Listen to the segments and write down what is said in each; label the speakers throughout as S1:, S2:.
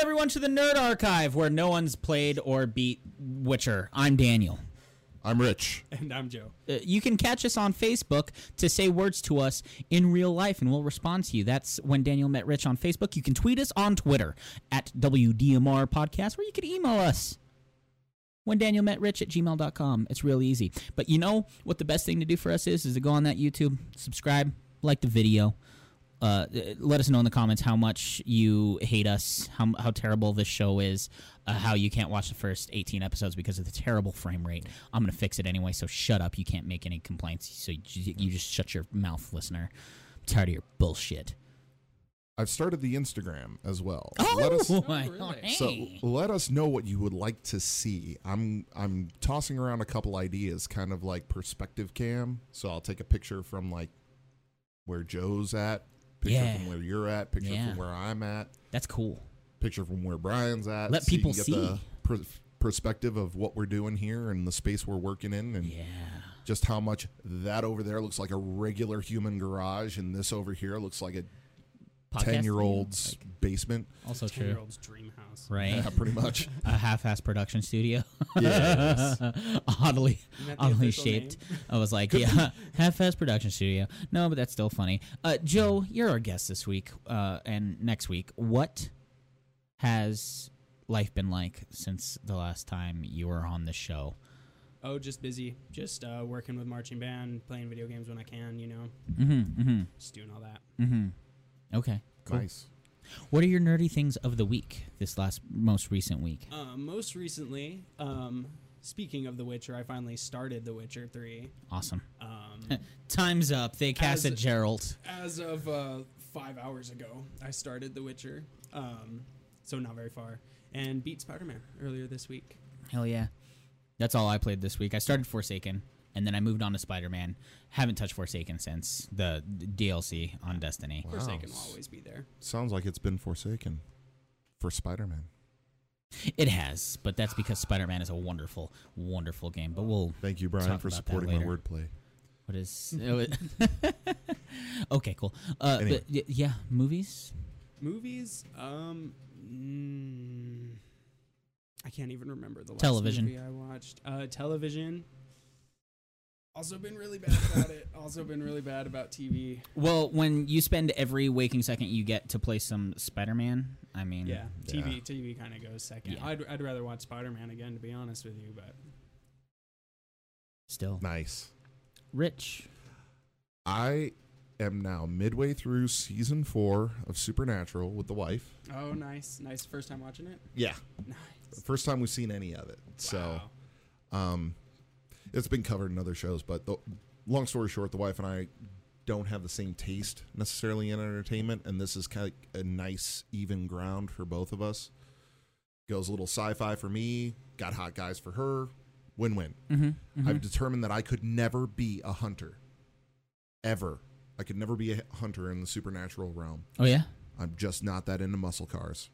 S1: everyone to the Nerd Archive, where no one's played or beat Witcher. I'm Daniel.
S2: I'm Rich.
S3: And I'm Joe.
S1: Uh, you can catch us on Facebook to say words to us in real life, and we'll respond to you. That's when Daniel met Rich on Facebook. You can tweet us on Twitter at WDMR Podcast, or you can email us when Daniel met Rich at gmail.com. It's real easy. But you know what the best thing to do for us is? Is to go on that YouTube, subscribe, like the video. Uh, let us know in the comments how much you hate us, how, how terrible this show is, uh, how you can't watch the first 18 episodes because of the terrible frame rate. I'm going to fix it anyway, so shut up. You can't make any complaints. So you, ju- you just shut your mouth, listener. I'm tired of your bullshit.
S2: I've started the Instagram as well.
S1: Oh,
S2: Let us-
S1: my-
S3: really?
S1: hey.
S2: so let us know what you would like to see. I'm I'm tossing around a couple ideas, kind of like perspective cam. So I'll take a picture from like where Joe's at, picture
S1: Yeah.
S2: from where you're at, picture
S1: Yeah.
S2: from where I'm at,
S1: That's cool.
S2: picture from where Brian's at.
S1: Let
S2: so you
S1: people
S2: can get the
S1: see.
S2: pers- perspective of what we're doing here and the space we're working in, and
S1: Yeah.
S2: just how much that over there looks like a regular human garage, and this over here looks like a
S1: Podcast
S2: ten year old's basement.
S1: Also true.
S3: Ten-year-old's dream house.
S1: Right?
S2: Yeah, pretty much.
S1: A half assed production studio.
S2: yes.
S1: oddly
S3: Isn't that the
S1: oddly
S3: official
S1: shaped.
S3: name?
S1: I was like, yeah, half fast production studio. No, but that's still funny. Uh, Joe, you're our guest this week uh, and next week. What has life been like since the last time you were on the show?
S3: Oh, just busy. Just uh, working with marching band, playing video games when I can, you know,
S1: Mm-hmm. Mm-hmm.
S3: just doing all that.
S1: Mm-hmm. Okay. Cool.
S2: Nice.
S1: What are your nerdy things of the week? This last, most recent week.
S3: Uh, most recently, um, speaking of The Witcher, I finally started The Witcher 3.
S1: Awesome.
S3: Um,
S1: Time's up. They cast
S3: As-
S1: it, Gerald.
S3: as of uh, five hours ago, I started The Witcher, um, so not very far, and beat Spider Man earlier this week.
S1: Hell yeah. That's all I played this week. I started Forsaken, and then I moved on to Spider Man. Haven't touched Forsaken since the the DLC on Destiny.
S2: Wow.
S3: Forsaken will always be there.
S2: Sounds like it's been forsaken for Spider Man.
S1: It has, but that's because Spider Man is a wonderful, wonderful game. But we'll.
S2: Thank you, Brian,
S1: Talk
S2: for
S1: about that
S2: supporting my
S1: later.
S2: wordplay.
S1: What is. oh, okay, cool. Uh,
S2: Anyway.
S1: but y- yeah, movies?
S3: Movies, um, mm, I can't even remember the last
S1: Television.
S3: movie I watched. Uh, television. Also been really bad about it. Also been really bad about TV.
S1: Well, when you spend every waking second you get to play some Spider Man, I mean.
S3: Yeah, TV
S2: Yeah.
S3: TV kind of goes second.
S1: Yeah.
S3: I'd I'd rather watch Spider Man again, to be honest with you. But
S1: Still.
S2: Nice.
S1: Rich.
S2: I am now midway through season four of Supernatural with the wife.
S3: oh, nice, nice first time watching it.
S2: Yeah.
S3: Nice.
S2: First time we've seen any of it. So
S3: Wow.
S2: um, it's been covered in other shows, but the long story short, the wife and I don't have the same taste necessarily in entertainment, and this is kind of a nice even ground for both of us. Goes a little sci-fi for me, got hot guys for her, win-win.
S1: Mm-hmm.
S2: I've determined that I could never be a hunter, ever. I could never be a hunter in the supernatural realm.
S1: Oh, yeah?
S2: I'm just not that into muscle cars.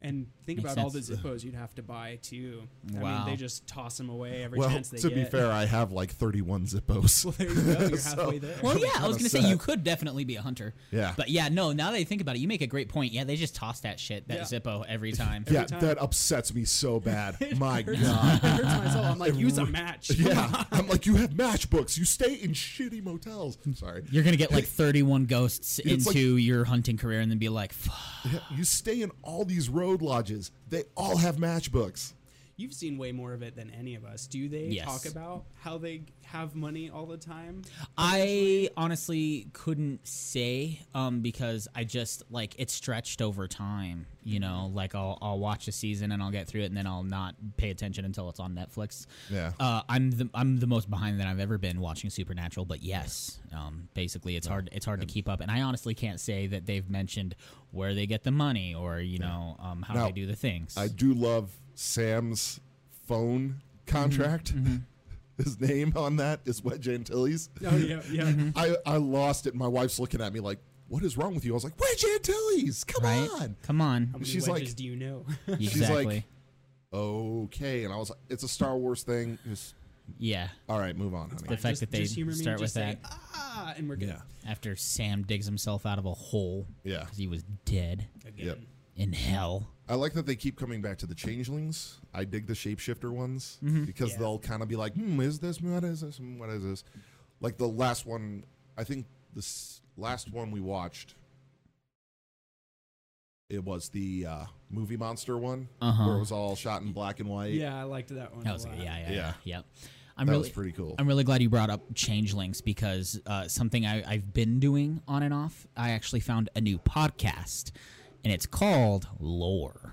S3: And think
S1: Makes
S3: about all the
S1: sense.
S3: Zippos you'd have to buy too. I
S1: Wow.
S3: mean, they just toss them away every
S2: well,
S3: chance they
S2: to
S3: get.
S2: be fair, I have like 31 Zippos.
S3: well, there you go. You're
S2: So-
S3: halfway there.
S1: Well, yeah, I was
S2: kinda
S1: gonna say
S2: sad.
S1: you could definitely be a hunter.
S2: Yeah.
S1: But yeah, no. Now that I think about it, you make a great point. Yeah, they just toss that shit, that
S3: Yeah.
S1: Zippo, every time.
S2: yeah,
S3: time.
S2: that upsets me so bad. My
S3: It hurts-
S2: God.
S3: it hurts myself. I'm like,
S2: It
S3: use a
S2: re-
S3: match.
S2: Yeah, I'm like you have matchbooks. You stay in shitty motels. Sorry,
S1: You're gonna get like 31 ghosts
S2: It's like-
S1: into your hunting career, and then be like, "Fuck."
S2: you stay in all these road lodges. They all have matchbooks.
S3: You've seen way more of it than any of us. Do they
S1: Yes.
S3: talk about how they have money all the time?
S1: I honestly couldn't say um, because I just like it's stretched over time. You
S2: Mm-hmm.
S1: know, like I'll I'll watch a season and I'll get through it, and then I'll not pay attention until it's on Netflix.
S2: Yeah.
S1: Uh, I'm the I'm the most behind that I've ever been watching Supernatural, but yes, um, basically it's hard it's hard to keep up, and I honestly can't say that they've mentioned where they get the money or you know um, how
S2: Now,
S1: they do the things.
S2: I do love Sam's phone contract. His name on that is Wedge Antilles.
S3: Oh yeah, yeah.
S1: Mm-hmm.
S2: I, I lost it. My wife's looking at me like, "What is wrong with you?" I was like, "Wedge Antilles, come
S1: right?
S2: on."
S1: Come
S3: How
S1: on,
S3: many
S2: She's like-
S3: wedges do you know?
S2: She's
S1: exactly.
S2: like, "Okay," and I was like, "It's a Star Wars thing." Just
S1: yeah,
S2: all right, move on, honey.
S1: the fact
S3: Just-
S1: that they
S3: just humor me,
S1: start with
S3: just say,
S1: that
S3: Ah, and we're good
S2: Yeah,
S1: after Sam digs himself out of a hole
S2: yeah,
S1: because he was dead.
S3: again.
S2: Yep.
S1: in hell.
S2: I like that they keep coming back to the changelings. I dig the shapeshifter ones
S1: Mm-hmm.
S2: because
S3: Yeah.
S2: they'll kind of be like, hmm, is this, what is this, Hmm, what is this? Like the last one, I think this last one we watched, it was the uh, movie monster one
S1: Uh-huh.
S2: where it was all shot in black and white.
S3: Yeah, I liked that one.
S1: That
S3: a
S1: was yeah,
S3: lot.
S1: yeah, yeah.
S2: Yeah.
S1: Yep. I'm
S2: that
S1: really
S2: was pretty cool.
S1: I'm really glad you brought up changelings because uh, something I, I've been doing on and off. I actually found a new podcast, and it's called Lore.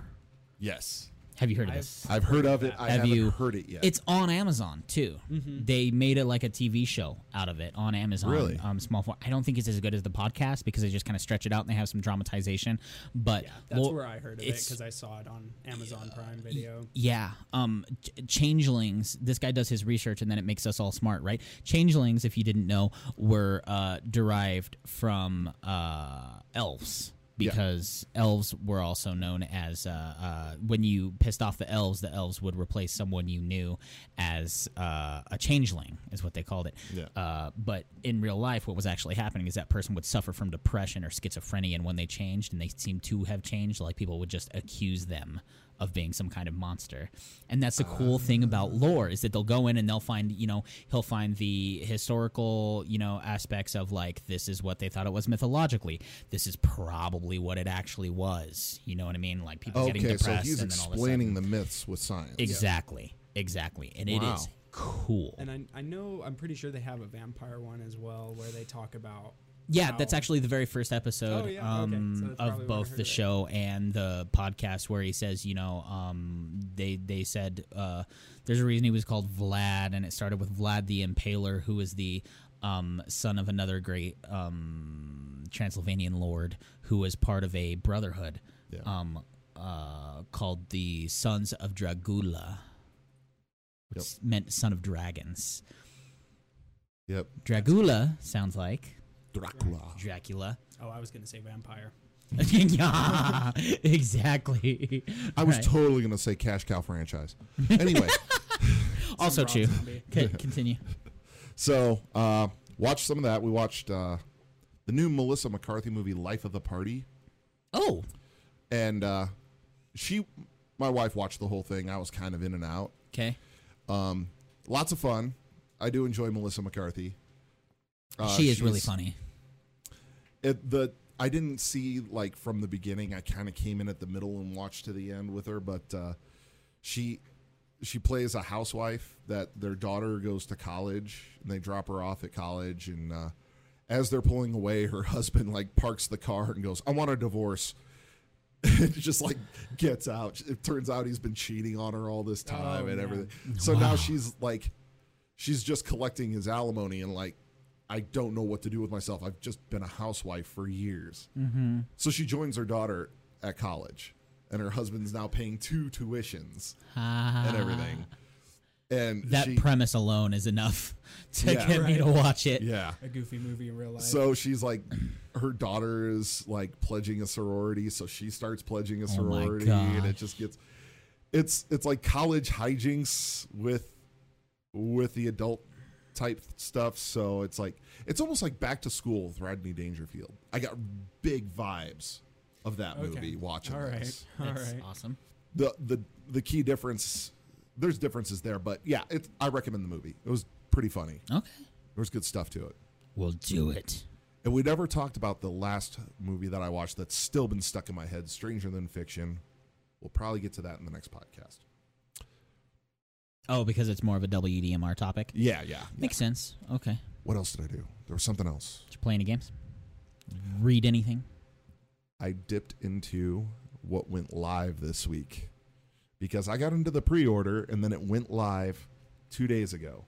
S2: yes.
S1: Have you heard of
S3: I've-
S1: this?
S2: I've heard of it. I
S1: Have
S2: haven't
S1: you-
S2: heard it yet.
S1: It's on Amazon too.
S3: Mm-hmm.
S1: They made it like a TV show out of it on Amazon.
S2: Really?
S1: Um, small form. I don't think it's as good as the podcast because they just kind of stretch it out and they have some dramatization. But
S3: That's
S1: Lo-
S3: where I heard of it
S1: it's-
S3: because I saw it on Amazon Prime Video.
S1: Yeah. Um, ch- changelings. This guy does his research, and then it makes us all smart, right? Changelings, if you didn't know, were uh, derived from uh, elves
S2: Yeah.
S1: because elves were also known as uh, uh, when you pissed off the elves, the elves would replace someone you knew as uh, a changeling, is what they called it.
S2: Yeah.
S1: Uh, but in real life, what was actually happening is that person would suffer from depression or schizophrenia, and when they changed and they seemed to have changed, like people would just accuse them of being some kind of monster. And that's the cool
S2: Ah.
S1: thing about lore is that they'll go in and they'll find, you know, he'll find the historical, you know, aspects of like this is what they thought it was mythologically. This is probably what it actually was. You know what I mean? Like people getting
S2: okay, so
S1: depressed
S2: he's
S1: and then all of a sudden.
S2: explaining the myths with science.
S1: Exactly. Exactly. And it is
S2: Wow.
S1: cool.
S3: And I, I know, I'm pretty sure they have a vampire one as well where they talk about.
S1: Yeah, that's
S3: how-
S1: actually the very first episode
S3: Oh, yeah, okay. So
S1: um,
S3: that's probably
S1: of
S3: where I
S1: both
S3: heard
S1: the
S3: it.
S1: show and the podcast, where he says, you know, um, they they said uh, there's a reason he was called Vlad, and it started with Vlad the Impaler, who was the um, son of another great um, Transylvanian lord who was part of a brotherhood
S2: Yeah.
S1: um, uh, called the Sons of Dragula, which
S2: Yep.
S1: meant son of dragons.
S2: Yep.
S1: Dragula sounds like
S2: Dracula.
S1: Dracula.
S3: Oh, I was going to say vampire.
S1: yeah, exactly.
S2: I was
S1: Right.
S2: totally going to say Cash Cow franchise. Anyway.
S1: also
S3: Rob
S1: true.
S3: Zombie.
S1: Okay, continue.
S2: So, uh, watched some of that. We watched uh, the new Melissa McCarthy movie, Life of the Party,
S1: Oh,
S2: and uh, she, my wife, watched the whole thing. I was kind of in and out.
S1: okay.
S2: Um, lots of fun. I do enjoy Melissa McCarthy. Uh,
S1: she is really
S2: she's-
S1: funny.
S2: It, the I didn't see like from the beginning. I kind of came in at the middle and watched to the end with her, but uh, she she plays a housewife that their daughter goes to college and they drop her off at college and uh, as they're pulling away her husband like parks the car and goes i want a divorce and just like gets out it turns out he's been cheating on her all this time
S3: Oh,
S2: and
S3: no.
S2: everything so now she's like she's just collecting his alimony and like i don't know what to do with myself i've just been a housewife for years so she joins her daughter at college and her husband's now paying two tuitions and everything. And
S1: That
S2: she,
S1: premise alone is enough to
S2: Yeah.
S1: get me to watch it.
S2: yeah.
S3: A goofy movie in real life.
S2: So she's like, her daughter is like pledging a sorority, so she starts pledging a
S1: Oh my
S2: sorority, and
S1: gosh.
S2: it just gets, it's it's like college hijinks with, with the adult type stuff. So it's like it's almost like back to school with Rodney Dangerfield. I got big vibes of that
S3: Okay.
S2: movie watching
S3: All right.
S2: this.
S3: All
S1: That's
S3: right.
S1: awesome.
S2: the the the key difference there's differences there but yeah it, i recommend the movie it was pretty funny
S1: Okay,
S2: there was good stuff to it
S1: we'll do it.
S2: and we never talked about the last movie that i watched that's still been stuck in my head stranger than fiction we'll probably get to that in the next podcast
S1: Oh, because it's more of a WDMR topic.
S2: yeah yeah, yeah.
S1: Makes sense. Okay.
S2: what else did i do there was something else
S1: Did you play any games? Read anything?
S2: i dipped into what went live this week because i got into the pre-order and then it went live two days ago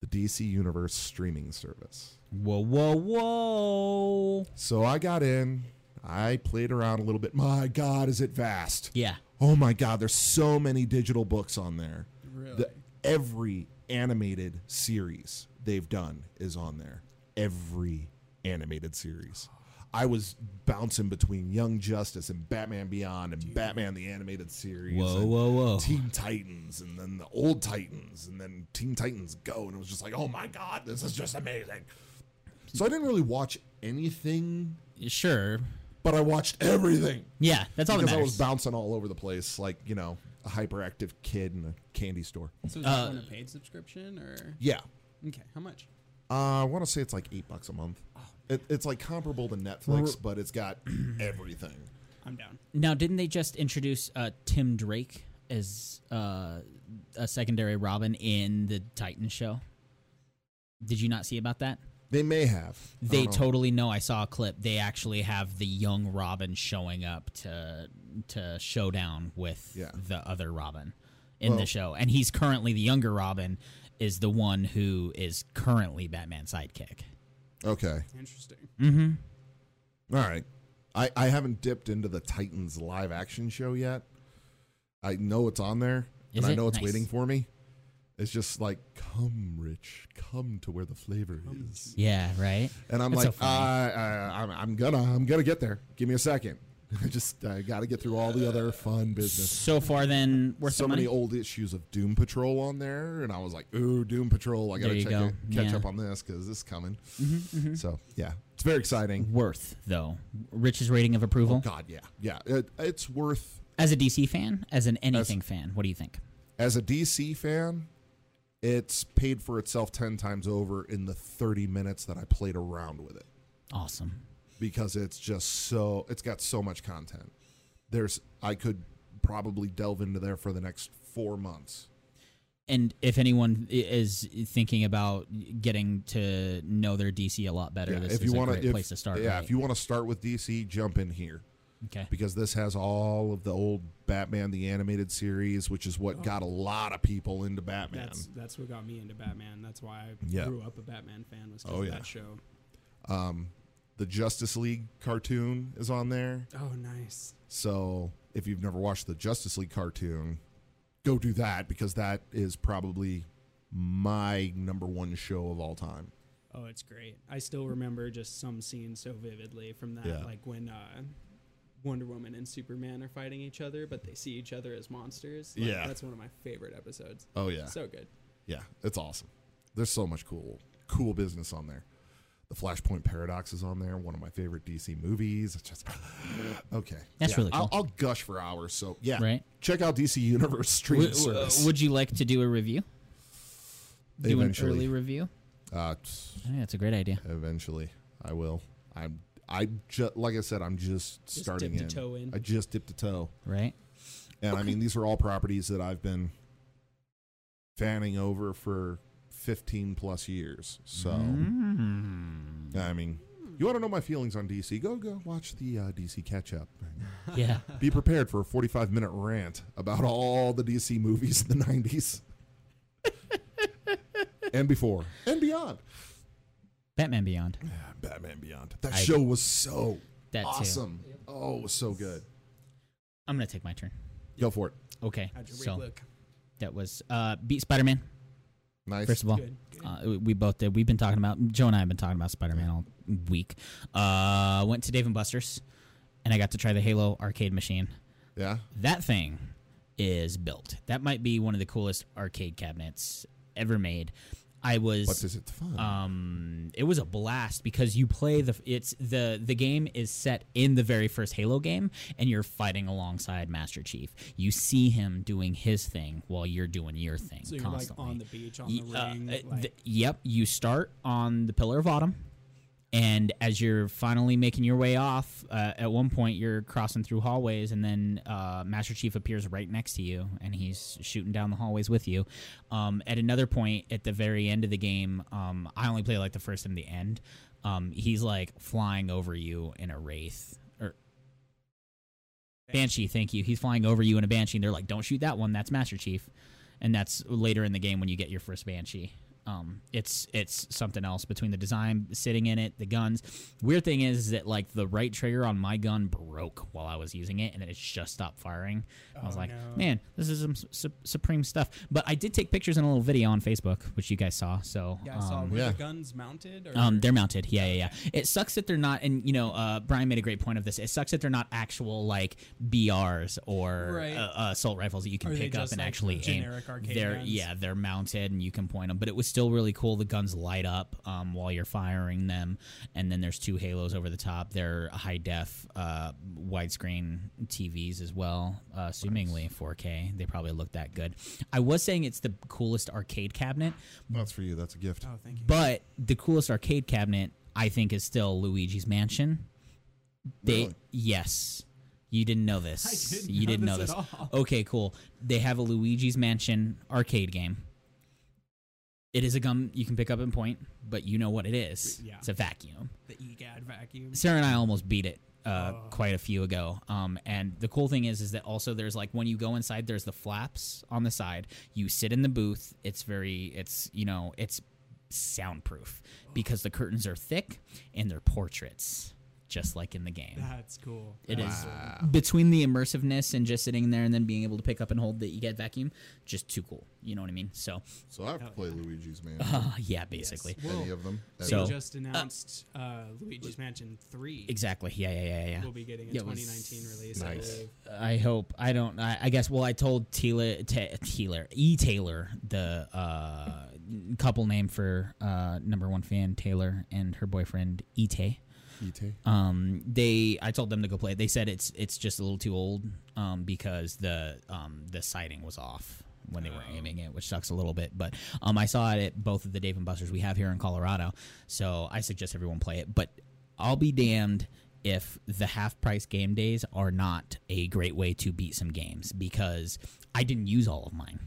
S2: the dc universe streaming service
S1: Whoa, whoa, whoa!
S2: So I got in. I played around a little bit. My God, is it vast?
S1: Yeah.
S2: Oh my God, there's so many digital books on there.
S3: really?
S2: The, every animated series they've done is on there. Every animated series. I was bouncing between Young Justice and Batman Beyond and Batman the Animated Series.
S1: Whoa,
S2: and
S1: whoa, whoa!
S2: Teen Titans and then the old Titans and then Teen Titans Go and it was just like, oh my god, this is just amazing. So I didn't really watch anything
S1: Sure.
S2: but I watched everything
S1: Yeah, that's all that
S2: because I was
S1: matters.
S2: bouncing all over the place, like you know, a hyperactive kid in a candy store.
S3: So is
S1: Uh,
S3: this one a paid subscription or?
S2: Yeah,
S3: Okay, how much?
S2: uh, I want to say it's like eight bucks a month. It, it's like comparable to Netflix,
S1: R-
S2: but it's got everything.
S3: I'm down.
S1: Now, didn't they just introduce uh, Tim Drake as uh, a secondary Robin in the Titan show? Did you not see about that?
S2: They may have. I
S1: They
S2: don't know.
S1: totally know. I saw a clip. They actually have the young Robin showing up to to showdown with
S2: Yeah.
S1: the other Robin in the
S2: Well-
S1: show, and he's currently the younger Robin is the one who is currently Batman's sidekick.
S2: Okay.
S3: Interesting.
S1: Mm-hmm.
S2: All right. I, I haven't dipped into the Titans live action show yet. I know it's on there,
S1: Is
S2: and I
S1: it?
S2: know it's
S1: Nice.
S2: waiting for me. It's just like, come, Rich, come to where the flavor is.
S1: Yeah, right.
S2: And I'm
S1: That's
S2: like,
S1: so
S2: uh,
S1: funny.
S2: uh, I'm, I'm gonna, I'm gonna get there. Give me a second. I just, I got to get through all the other fun business.
S1: So far, then worth
S2: so
S1: the money.
S2: many old issues of Doom Patrol on there, and I was like, ooh, Doom Patrol. I
S1: There
S2: gotta
S1: you
S2: check
S1: go.
S2: it, catch
S1: Yeah. Mm-hmm,
S2: up on this because this is coming. So yeah, it's very exciting. Oh,
S1: worth though. Rich's rating of approval.
S2: God, yeah, yeah. It, it's worth
S1: As a DC fan, as an anything fan, what do you think?
S2: as a DC fan, it's paid for itself 10 times over in the 30 minutes that I played around with it
S1: Awesome.
S2: because it's just so it's got so much content. There's I could probably delve into there for the next 4 months.
S1: And if anyone i- is thinking about getting to know their DC a lot better,
S2: Yeah,
S1: this
S2: if
S1: is
S2: you
S1: a
S2: want
S1: great
S2: to
S1: place to start.
S2: Yeah,
S1: right?
S2: if you want to start with DC, jump in here
S1: okay.
S2: because this has all of the old Batman the animated series, which is what got a lot of people into Batman.
S3: Oh. That's that's what got me into Batman. That's why I
S2: Yeah.
S3: grew up a Batman fan was 'cause
S2: Oh,
S3: of
S2: yeah.
S3: that show.
S2: the Justice League cartoon is on there.
S3: Oh, nice.
S2: So if you've never watched the Justice League cartoon, go do that because that is probably my number one show of all time.
S3: Oh, it's great. I still remember just some scenes so vividly from that,
S2: Yeah.
S3: like when uh, Wonder Woman and Superman are fighting each other, but they see each other as monsters. Like,
S2: Yeah.
S3: that's one of my favorite episodes.
S2: Oh yeah,
S3: So good.
S2: yeah, it's awesome. There's so much cool, cool business on there. The Flashpoint Paradox is on there. One of my favorite DC movies. It's just okay.
S1: That's
S2: Yeah,
S1: really cool.
S2: I'll, I'll gush for hours. So yeah,
S1: Right.
S2: Check out DC Universe streaming
S1: Would,
S2: service.
S1: would you like to do a review? Do an
S2: Eventually.
S1: early review?
S2: uh, t-
S1: I think that's a great idea.
S2: Eventually, I will. I'm. I just like I said. I'm just, starting
S3: dipped a
S2: in.
S3: toe in.
S2: I just dipped a toe,
S1: Right?
S2: and I mean these are all properties that I've been fanning over for 15 plus years. So
S1: Mm-hmm. Mm.
S2: I mean, you want to know my feelings on DC? Go go watch the uh, DC catch up.
S1: Yeah.
S2: Be prepared for a 45 minute rant about all the DC movies in the 90s and before and beyond.
S1: Batman Beyond.
S2: Batman Beyond. That
S1: I-
S2: show was so
S1: That too.
S2: awesome. Oh, it was so good.
S1: I'm gonna take my turn.
S2: Go for it.
S1: Okay.
S3: How'd your week
S1: So
S3: look?
S1: that was uh, beat Spider Man.
S2: Nice.
S1: First of all,
S3: Good. good.
S1: Uh, we- we both did. We've been talking about Joe and I have been talking about Spider Man all week. Uh, went to Dave and Buster's, and I got to try the Halo arcade machine.
S2: yeah.
S1: That thing is built. That might be one of the coolest arcade cabinets ever made. I was
S2: But is it fun?
S1: um it was a blast because you play the it's the the game is set in the very first Halo game and you're fighting alongside Master Chief. You see him doing his thing while you're doing your thing
S3: so you're
S1: constantly.
S3: like on the beach, on
S1: Ye-
S3: the
S1: uh,
S3: ring.
S1: uh, th-
S3: like,
S1: yep, you start on the Pillar of Autumn, and as you're finally making your way off, uh, at one point you're crossing through hallways, and then uh, Master Chief appears right next to you, and he's shooting down the hallways with you. Um, at another point, at the very end of the game, um, I only play like the first and the end. Um, he's like flying over you in a wraith. or Banshee, thank you. He's flying over you in a banshee, and they're like, "Don't shoot that one. That's Master Chief." and that's later in the game when you get your first banshee. Um, it's it's something else between the design sitting in it, the guns. Weird thing is, that like the right trigger on my gun broke while I was using it, and it just stopped firing. I was
S3: Oh,
S1: like,
S3: no.
S1: man, this is some su- supreme stuff. But I did take pictures and a little video on Facebook, which you guys saw. So
S3: yeah, I saw
S1: um,
S3: were
S2: yeah.
S3: the guns mounted? Or
S1: um, they're mounted. Yeah, yeah, yeah. It sucks that they're not, and you know, uh, Brian made a great point of this. It sucks that they're not actual like BRs or
S3: Right.
S1: uh, uh, assault rifles that you can
S3: Are they
S1: pick up
S3: just,
S1: and
S3: like,
S1: actually aim.
S3: generic arcade
S1: they're
S3: guns?
S1: yeah, they're mounted and you can point them, but it was still still really cool. The guns light up um, while you're firing them, and then there's two halos over the top. They're high def, uh, widescreen TVs as well, uh, assumingly 4K. They probably look that good. I was saying it's the coolest arcade cabinet,
S2: That's for you. That's a gift.
S3: Oh, thank you.
S1: but the coolest arcade cabinet I think is still Luigi's Mansion. They
S2: Really?
S1: yes. You didn't know this.
S3: I didn't
S1: you
S3: know
S1: didn't
S3: this
S1: know
S3: at
S1: this.
S3: all.
S1: Okay, cool. They have a Luigi's Mansion arcade game. It is a gum you can pick up and point, but you know what it is.
S3: Yeah.
S1: It's a vacuum.
S3: The EGAD vacuum.
S1: Sarah and I almost beat it uh,
S3: Oh.
S1: quite a few ago. Um, and the cool thing is, is that also there's like when you go inside, there's the flaps on the side. You sit in the booth. It's very, it's you know, it's soundproof
S3: Oh.
S1: because the curtains are thick and they're portraits, just like in the game.
S3: That's cool.
S1: It is
S3: Wow.
S1: between the immersiveness and just sitting there and then being able to pick up and hold the you get vacuum, just too cool. You know what I mean? So,
S2: So I have to
S3: Hell
S2: play
S3: yeah.
S2: Luigi's Man.
S1: uh, yeah, basically.
S3: Well,
S2: Any of them?
S3: they
S2: Ever.
S1: So-
S3: just announced uh, Luigi's Mansion 3.
S1: Exactly. Yeah, yeah, yeah, yeah.
S3: Will be getting a
S1: Yeah, it was-
S3: 2019 release. I
S2: Nice.
S3: believe.
S1: I hope I don't. I, I guess. Well, I told Taylor, Ta Taylor E Taylor, the uh, couple name for uh, number one fan Taylor and her boyfriend E Tay.
S2: E.T.
S1: Um, they I told them to go play. it. They said it's it's just a little too old um, because the um, the sighting was off when they were
S3: Oh.
S1: aiming it, which sucks a little bit. But um, I saw it at both of the Dave and Buster's we have here in Colorado, so I suggest everyone play it. But I'll be damned if the half price game days are not a great way to beat some games because I didn't use all of mine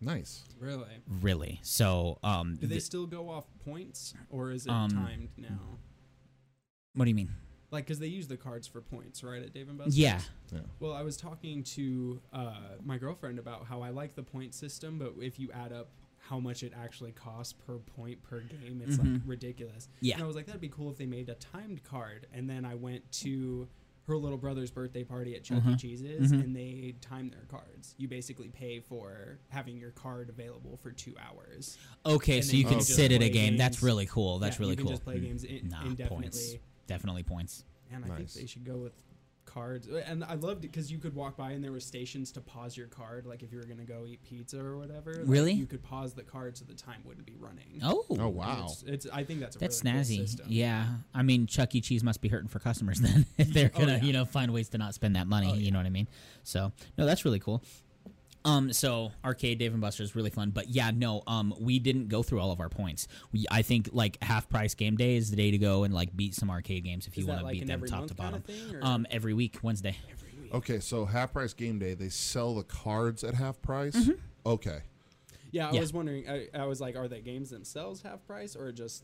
S2: Nice.
S3: Really?
S1: really. So um,
S3: Do they
S1: th-
S3: still go off points or is it
S1: Um,
S3: timed now?
S1: what do you mean?
S3: Like, because they use the cards for points, right? At Dave and Buster's.
S1: Yeah,
S2: Yeah.
S3: Well, I was talking to uh, my girlfriend about how I like the point system, but if you add up how much it actually costs per point per game, it's like
S1: Mhm.
S3: ridiculous.
S1: Yeah.
S3: And I was like, that'd be cool if they made a timed card. And then I went to her little brother's birthday party at Chuck E.
S1: Mhm.
S3: Cheese's,
S1: Mhm.
S3: and they timed their cards. You basically pay for having your card available for two hours.
S1: Okay,
S3: And
S1: so
S3: then
S1: you
S2: you
S1: can
S2: can
S1: sit at a
S3: play
S1: game. That's
S3: games.
S1: really cool. That's
S3: Yeah,
S1: really
S3: you can
S1: cool. Mm.
S3: Just play games in-
S1: Nah,
S3: indefinitely.
S1: points. Definitely points.
S3: and I think
S2: Nice.
S3: they should go with cards. And I loved it because you could walk by and there were stations to pause your card, like if you were gonna go eat pizza or whatever. like,
S1: Really?
S3: you could pause the card so the time wouldn't be running.
S1: Oh,
S2: Oh
S3: And
S2: wow.
S3: it's, it's- I think that's a
S1: that's
S3: really cool
S1: snazzy.
S3: system.
S1: yeah, I mean, Chuck E. Cheese must be hurting for customers then if they're
S3: Oh,
S1: gonna,
S3: yeah.
S1: you know, find ways to not spend that money.
S3: Oh,
S1: You
S3: yeah.
S1: know what I mean? So no, that's really cool. Um, so arcade Dave and Buster's really fun, but yeah, no, um, we didn't go through all of our points. We, I think like half price game day is the day to go and like beat some arcade games if
S3: Is
S1: you
S3: that
S1: want to
S3: like
S1: beat
S3: an
S1: them
S3: every
S1: top
S3: month
S1: to
S3: kinda
S1: bottom.
S3: thing, or-
S1: um, every week Wednesday.
S3: Every week.
S2: Okay, so half price game day, they sell the cards at half price.
S1: Mm-hmm.
S2: Okay.
S3: Yeah, I
S1: yeah.
S3: was wondering. I, I was like, are the games themselves half price or just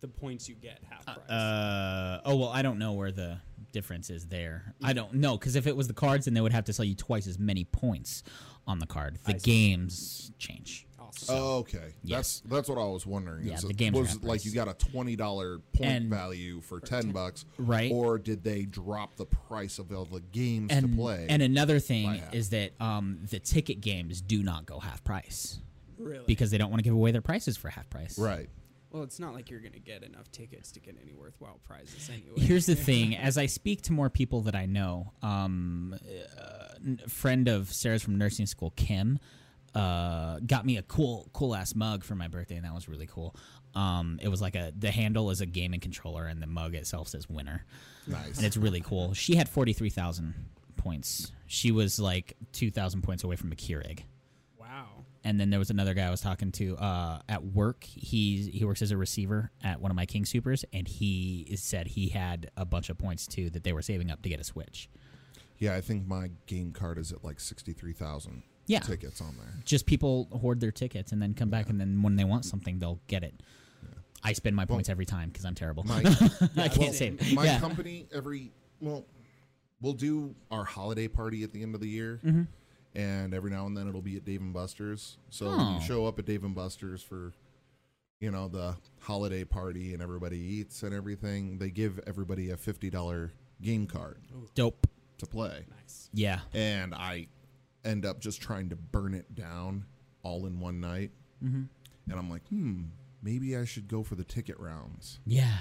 S3: the points you get half price?
S1: Uh, oh well, I don't know where the difference is there. I don't know because if it was the cards, then they would have to sell you twice as many points on the card. The
S3: I see.
S1: games change.
S3: awesome.
S2: Oh, okay. That's
S1: Yes.
S2: that's what I was wondering.
S1: Yeah,
S2: is
S1: the
S2: it-
S1: games are
S2: was
S1: half
S2: it like
S1: price.
S2: you got a twenty dollar point
S1: And-
S2: value for ten, bucks,
S1: Right.
S2: Or did they drop the price of all the games
S1: And
S2: to play?
S1: and another thing
S2: half.
S1: is that um, the ticket games do not go half price
S3: really?
S1: because they don't want to give away their prices for half price.
S2: right.
S3: well, it's not like you're gonna get enough tickets to get any worthwhile prizes anyway.
S1: Here's the thing: as I speak to more people that I know, um, uh, n- friend of Sarah's from nursing school, Kim, uh, got me a cool, cool ass mug for my birthday, and that was really cool. Um, it was like a the handle is a gaming controller, and the mug itself says "winner,"
S2: Nice.
S1: and it's really cool. She had forty three thousand points. She was like two thousand points away from a Keurig
S3: wow.
S1: and then there was another guy I was talking to uh, at work. He's he works as a receiver at one of my King Supers, and he is- said he had a bunch of points too that they were saving up to get a Switch.
S2: yeah, I think my game card is at like sixty three thousand
S1: Yeah.
S2: tickets on there.
S1: Just people hoard their tickets and then come back, and then when they want something, they'll get it. I spend my points every time because I'm terrible.
S2: My
S1: I can't
S2: well,
S1: save.
S2: my
S1: yeah.
S2: company every well we'll do our holiday party at the end of the year
S1: Mm-hmm.
S2: and every now and then it'll be at dave and buster's so
S1: Oh.
S2: you show up at dave and buster's for you know the holiday party and everybody eats and everything they give everybody a $50 game card
S1: Dope.
S2: to play
S3: Nice.
S1: Yeah.
S2: and i end up just trying to burn it down all in one night
S1: Mm-hmm.
S2: and i'm like hmm maybe i should go for the ticket rounds
S1: Yeah.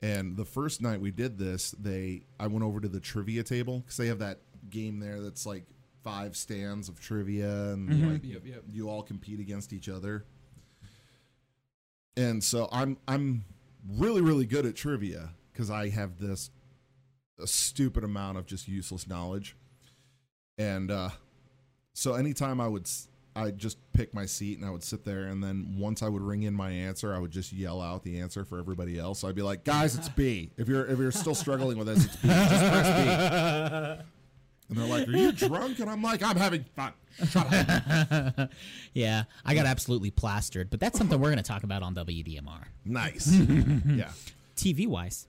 S2: and the first night we did this, they I went over to the trivia table because they have that game there that's like five stands of trivia and like
S3: Mm-hmm. Yep, yep.
S2: you all compete against each other. and so I'm I'm really really good at trivia because I have this a stupid amount of just useless knowledge, and uh, so anytime I would s- I'd just pick my seat and I would sit there, and then once I would ring in my answer, I would just yell out the answer for everybody else. I'd be like, guys, it's B. If you're if you're still struggling with this, it's B. Just press B. And they're like, are you drunk? And I'm like, I'm having fun. Shut up.
S1: Yeah, I got absolutely plastered, but that's something we're going to talk about on WDMR.
S2: Nice. yeah.
S1: TV wise,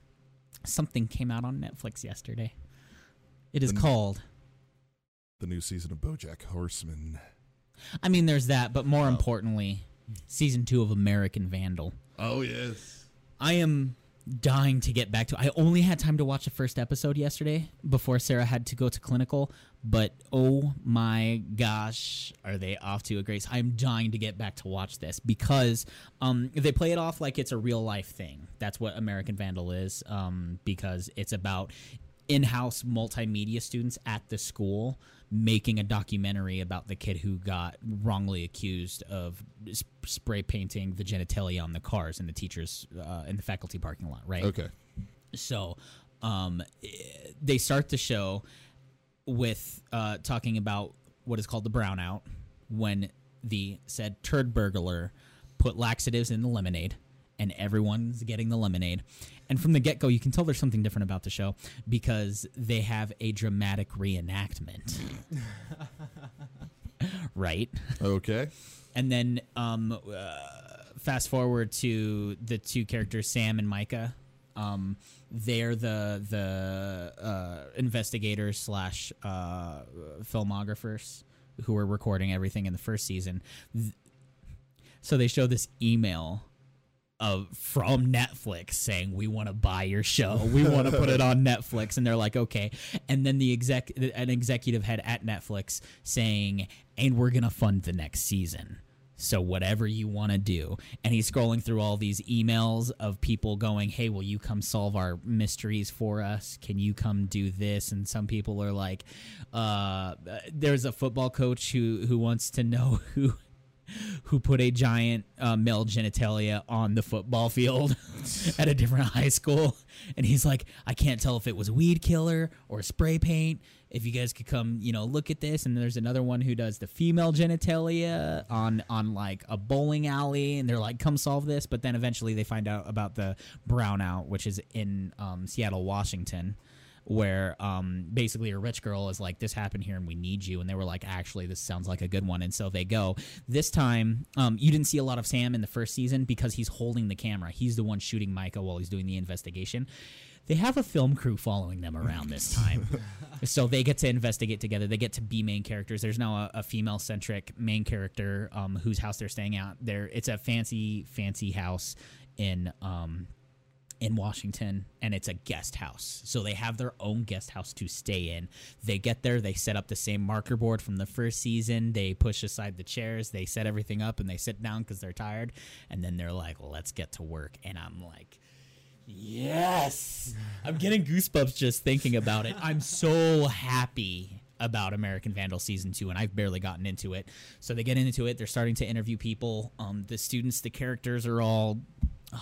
S1: something came out on Netflix yesterday. It is called.
S2: The new season of BoJack Horseman.
S1: I mean, there's that, but more importantly, season two of American Vandal.
S2: Oh yes.
S1: I am dying to get back to. I only had time to watch the first episode yesterday before Sarah had to go to clinical, but oh my gosh, are they off to a great? I'm dying to get back to watch this because um, they play it off like it's a real life thing. That's what American Vandal is um, because it's about in-house multimedia students at the school making a documentary about the kid who got wrongly accused of s- spray painting the genitalia on the cars in the teachers uh, in the faculty parking lot right
S2: Okay.
S1: so um, eh, they start the show with uh, talking about what is called the brownout when the said turd burglar put laxatives in the lemonade and everyone's getting the lemonade. And from the get go, you can tell there's something different about the show because they have a dramatic reenactment. right?
S2: Okay.
S1: And then um, uh, fast forward to the two characters, Sam and Micah. Um, they're the the uh, investigators slash uh, filmographers who were recording everything in the first season. Th- So they show this email of from Netflix saying we want to buy your show, we want to put it on Netflix, and they're like, okay. And then the exec, an executive head at Netflix saying, and we're gonna fund the next season. So whatever you want to do, and he's scrolling through all these emails of people going, "Hey, will you come solve our mysteries for us? Can you come do this?" And some people are like, uh, "There's a football coach who who wants to know who who put a giant uh, male genitalia on the football field at a different high school. And he's like, I can't tell if it was weed killer or spray paint. If you guys could come, you know, look at this. And there's another one who does the female genitalia on on like a bowling alley, and they're like, come solve this. But then eventually they find out about the brownout, which is in um, Seattle, Washington where um, basically a rich girl is like, "This happened here, and we need you." And they were like, "Actually, this sounds like a good one." And so they go. This time, um, you didn't see a lot of Sam in the first season because he's holding the camera. He's the one shooting Micah while he's doing the investigation. They have a film crew following them around this time, so they get to investigate together. They get to be main characters. There's now a, a female-centric main character um, whose house they're staying at. There, it's a fancy, fancy house in um, in Washington and it's a guest house. So they have their own guest house to stay in. They get there, they set up the same marker board from the first season. They push aside the chairs, they set everything up and they sit down cuz they're tired and then they're like, "Let's get to work." And I'm like, "Yes!" I'm getting goosebumps just thinking about it. I'm so happy about American Vandal season two, and I've barely gotten into it. So they get into it. They're starting to interview people. Um, the students, the characters are all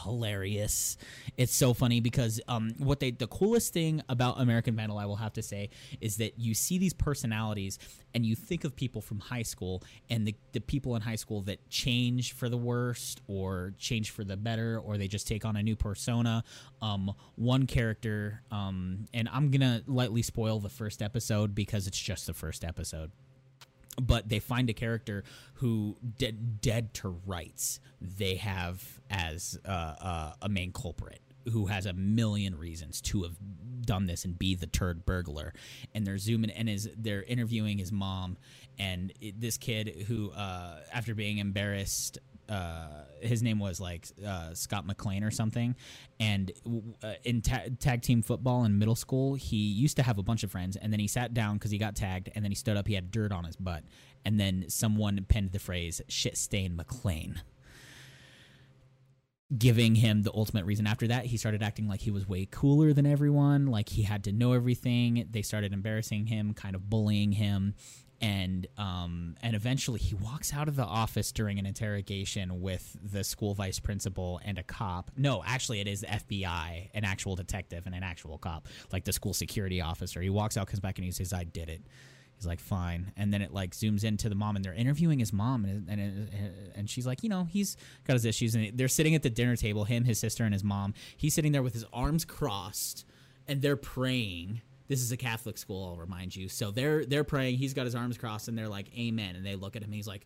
S1: hilarious. It's so funny because um, what they the coolest thing about American Vandal, I will have to say, is that you see these personalities and you think of people from high school and the, the people in high school that change for the worst or change for the better or they just take on a new persona. Um, one character, um, and I'm gonna lightly spoil the first episode because it's just the first episode but they find a character who dead, dead to rights they have as uh, uh, a main culprit who has a million reasons to have done this and be the turd burglar and they're zooming and is they're interviewing his mom and it, this kid who uh, after being embarrassed uh, his name was like uh, Scott McLean or something. And w- uh, in ta- tag team football in middle school, he used to have a bunch of friends, and then he sat down because he got tagged, and then he stood up. He had dirt on his butt, and then someone penned the phrase "shit stain McLean." Giving him the ultimate reason. After that, he started acting like he was way cooler than everyone, like he had to know everything. They started embarrassing him, kind of bullying him. and um, and eventually he walks out of the office during an interrogation with the school vice principal and a cop. No, actually, it is the FBI, an actual detective and an actual cop, like the school security officer. He walks out, comes back, and he says, "I did it." He's like, "Fine," and then it like zooms into the mom, and they're interviewing his mom, and and and she's like, "You know, he's got his issues," and they're sitting at the dinner table, him, his sister, and his mom. He's sitting there with his arms crossed, and they're praying this is a Catholic school, I'll remind you. So they're they're praying. He's got his arms crossed, and they're like, "Amen." And they look at him, and he's like,